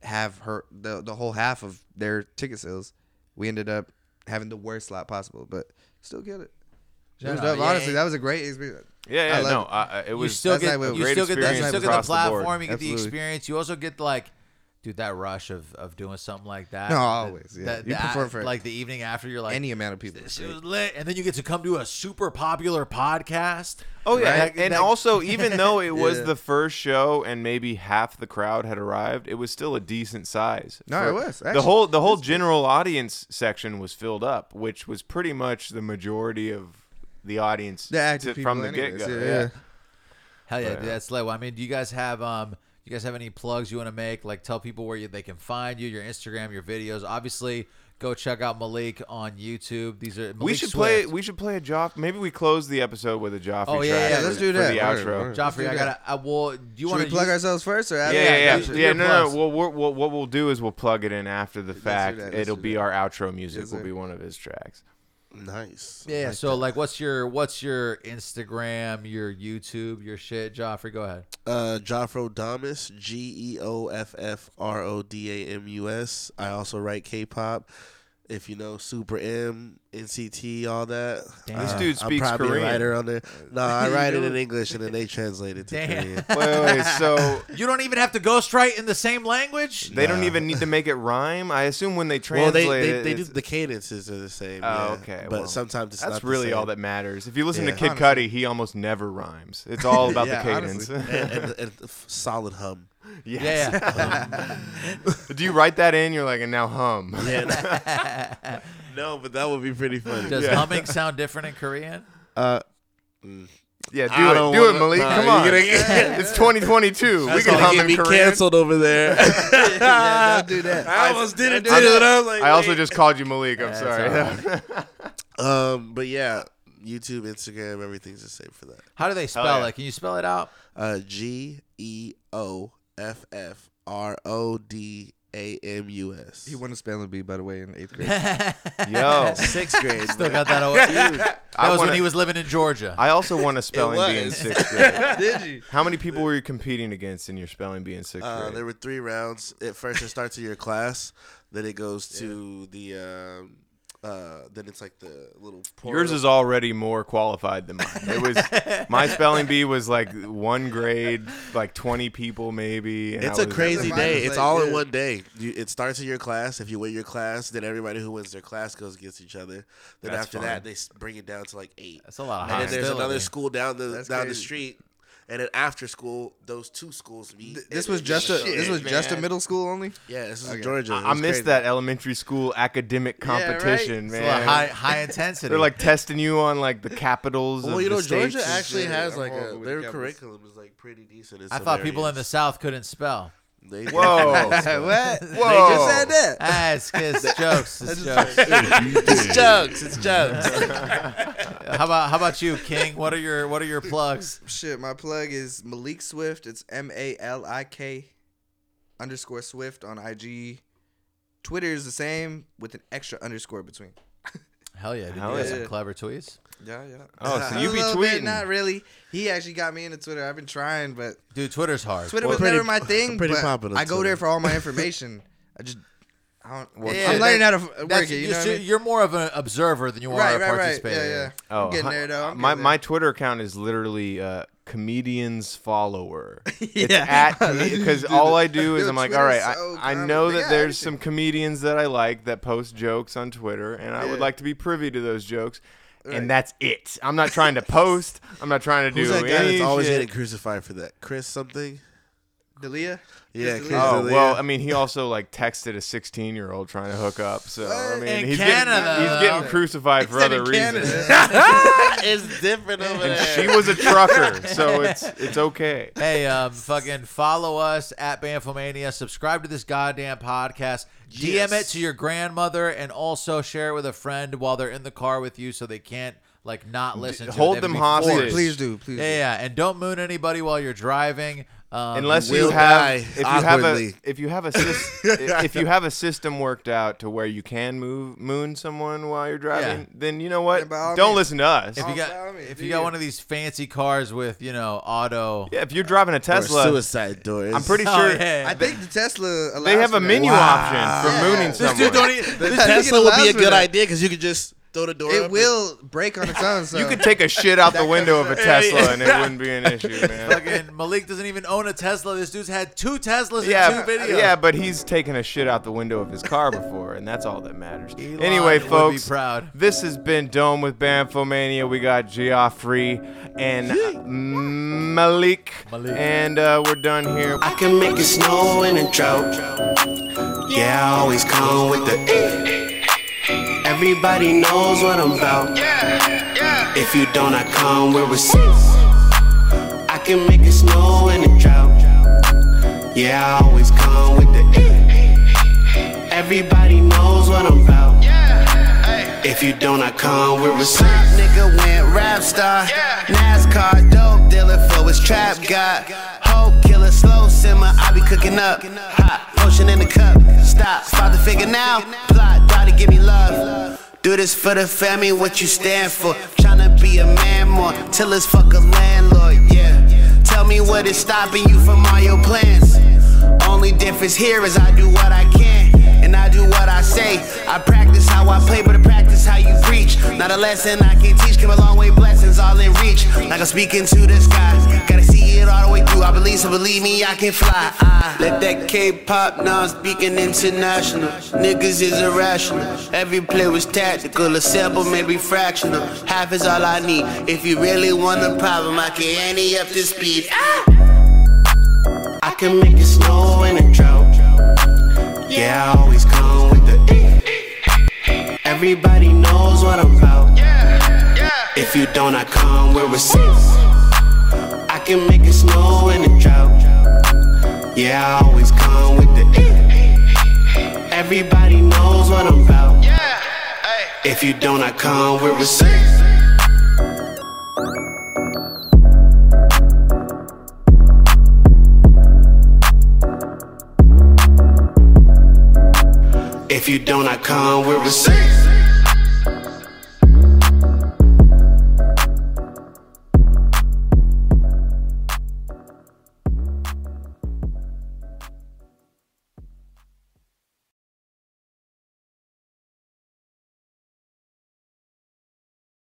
have her the the whole half of their ticket sales, we ended up having the worst slot possible, but still get it. It No, was no, dope. yeah, Honestly, it- that was a great experience. Yeah, I yeah, love no. it. I, I- it You was still that's get not what- you great still get the, you experience still get the across the board. platform. you get the Absolutely. experience. You also get like, dude, that rush of of doing something like that. No, The- always, yeah. the- You the- perform for like the evening after. You're like, Any amount of people. This shit was lit. And then you get to come to a super popular podcast. Oh yeah, Right? and That- also even though *laughs* it was Yeah. the first show and maybe half the crowd had arrived, it was still a decent size. No, it was, the actually. whole the whole general audience section was filled up, which was pretty much the majority of the audience The active to- people from the get anyways, go. yeah, yeah. hell Oh, yeah, dude, that's lit. Well, I mean, do you guys have um, you guys have any plugs you want to make? Like, tell people where you, they can find you, your Instagram, your videos. Obviously, go check out Malik on YouTube. These are Malik We should play. Swift. We should play a Joff. Maybe we close the episode with a Joffrey. Oh, yeah, track yeah, for- let's do that. Alright, for the outro. alright. Joffrey, Let's I do gotta. I will. Do you Should want we to plug ourselves first or Yeah, after? yeah, yeah. you should Yeah, do no, your no. plugs. Well, we're, well, what we'll do is we'll plug it in after the fact. that, let's It'll do be that. our outro music. Yes, will sir. be one of his *laughs* tracks. Nice. Yeah. so like, what's your what's your Instagram, your YouTube, your shit, Joffrey? Go ahead. Uh, Joffro Damus, G E O F F R O D A M U S. I also write K pop If you know Super M, NCT, all that. Damn. This dude I'm speaks probably a Korean. writer on *laughs* there. No, I You write it do? in English and then they translate it *laughs* to Korean. you don't even have to ghostwrite in the same language. They don't even need to make it rhyme. I assume when they well, translate they they, it, they do it's- the cadences are the same. Oh, yeah, okay. But well, sometimes it's that's not the really all same. that matters. If you listen Yeah. to Kid Cudi, he almost never rhymes. *laughs* It's all *laughs* about the cadence. *laughs* and, and, and a f- solid hum. Yes. Do you write that in? You're like, and now hum. Yeah. no, but that would be pretty funny. *laughs* Does Yeah. humming sound different in Korean? Uh, *laughs* Yeah, I do don't it, do it, wanna- Malik. nah, Come you're on, gonna *laughs* get- it's *laughs* 2022. we That's can gonna hum get in me Korean. canceled *laughs* over there. Yeah, don't *laughs* do that. I almost did it too, I, and I was like, I also wait. just called you Malik. I'm *laughs* Yeah, it's sorry. um, but yeah, YouTube, Instagram, everything's the same for that. How do they spell yeah. it? Can you spell it out? Uh, G E O F F R O D A M U S. He won a spelling bee, by the way, in *laughs* eighth grade. Yo, Sixth grade. Still man. got that *laughs* away. Dude. that I was wanna- when he was living in Georgia. I also won a spelling bee in was. sixth grade. Did you? How many people were you competing against in your spelling bee in sixth Uh, grade? there were three rounds. At first, it starts in your class, then it goes to the. Um, uh, then it's like the little. Yours portal. is already more qualified than mine. It was my spelling bee was like one grade, like twenty people maybe. and I It's a was- crazy day. It's like, all in yeah. one day. You, it starts in your class. If you win your class, then everybody who wins their class goes against each other. Then That's after fun. that, they s- bring it down to like eight. That's a lot of and then there's another hostility. school down the That's down the crazy. street, and then after school, those two schools meet. Th- and This was then- just a this Shit, was just a man. middle school only. Yeah, this is Okay. in Georgia. I, It I was missed crazy. that elementary school academic right? competition, It's a lot man. of high, high intensity. They're like testing you on like the capitals. Well, of you know, the states Georgia and actually shit. has I'm like horrible a with their capitals. curriculum is like pretty decent. in I some thought people in the areas. South couldn't spell. They- Whoa. *laughs* what? Whoa. They just said that. Ah, it's, *laughs* it's jokes. It's jokes. *laughs* it's jokes. *laughs* It's jokes. How about how about you, King? What are your what are your plugs? Shit, my plug is Malik Swift. It's M A L I K underscore Swift on IG. Twitter is the same with an extra underscore between. Hell yeah, dude! Hell you got yeah. some clever tweets, Yeah, yeah. Oh, so you A be little bit, tweeting. not really. He actually got me into Twitter. I've been trying, but dude. Twitter's hard. Twitter Well, was pretty- never *laughs* my thing. pretty but popular, I go Twitter. there for all my information. I just, I don't. Well, Yeah, I'm learning that- how to f- work That's- it. You you're, know what I so- mean? you're more of an observer than you are Right, a right, right. participator. Yeah, yeah. Oh, I'm getting hi- there though. I'm my getting there. my Twitter account is literally uh, *laughs* comedians follower. It's Yeah. at because all I do is Dude, I'm like, all Twitter's right, so I, I common. know They that got there's everything. some comedians that I like that post jokes on Twitter, and I would Yeah. like to be privy to those jokes. Right. And that's it. I'm not *laughs* trying to post. I'm not trying to do Who's that guy any that's always shit. getting crucified for that? Chris something? Dalia. Yeah, Chris Chris D'Elia. Oh D'Elia. well, I mean, he also like texted a 16 year old trying to hook up. So I mean, In he's Canada, getting he's getting though. crucified for Said other in Canada. reasons. *laughs* *laughs* *laughs* it's different over And there. she was a trucker, *laughs* so it's it's okay. Hey, um, fucking follow us at Banfomania. Subscribe to this goddamn podcast. DM it Yes. to your grandmother, and also share it with a friend while they're in the car with you, so they can't like not listen. to it. hold They have them to be hostage. forced. Please do, please. Yeah, yeah, and don't moon anybody while you're driving. Um, Unless you will have, die if you have a, awkwardly. if you have a, sys- if you have a system worked out to where you can move moon someone while you're driving, Yeah. then you know what? Yeah, by all Don't means. listen to us. if you Oh, got follow me, if do you got you? one of these fancy cars with you know auto, yeah, if you're driving a Or Tesla, suicide doors. I'm *laughs* pretty Oh, sure yeah. I think the Tesla. Allows they have a for that. menu option for Yeah. mooning This someone. The Tesla Tesla would allows be a for good that. idea because you could just throw the door. It up will break on its own. So you could take a shit out the That window of comes a up. Tesla and it wouldn't be an issue, man. fucking Malik doesn't even own a Tesla. This dude's had two Teslas Yeah, in two videos. yeah, but he's taken a shit out the window of his car before, and that's all that matters. Elon anyway, would be folks, proud. this has been Dome with Banfomania. We got Geoffrey and Malik, Malik. and uh, we're done here. I can make it snow in a drought. Yeah, I always come with the eh. Everybody knows what I'm about. If you don't, I come with receipts. I can make it snow in a drought. Yeah, I always come with the eh. Everybody knows what I'm about. If you don't, I come with receipts. Nigga went rap star. NASCAR dope dealer for his trap god. Hope killer, slow simmer. I be cooking up. Hot potion in the cup. Stop, father figure now. Plot, daughter, give me love. Do this for the family, what you stand for. Tryna be a man more till it's fuck a landlord, yeah. Tell me what is stopping you from all your plans. Only difference here is I do what I can, and I do what I say. I practice how Not a lesson I can teach. Came a long way, blessings all in reach. Like I'm speaking to the sky. Gotta see it all the way through. I believe, so believe me, I can fly. I Let that K-pop, now I'm speaking international. Niggas is irrational. Every play was tactical, a sample maybe fractional. Half is all I need. If you really want a problem, I can ante up the speed. Ah! I can make it snow in a drought. Yeah, Yeah, I always come with the E. Everybody knows what I'm about. If you don't, I come with receipts. I can make it snow in a drought. Yeah, I always come with the E. Everybody knows what I'm about. If you don't, I come with receipts. If you don't, I come with receipts.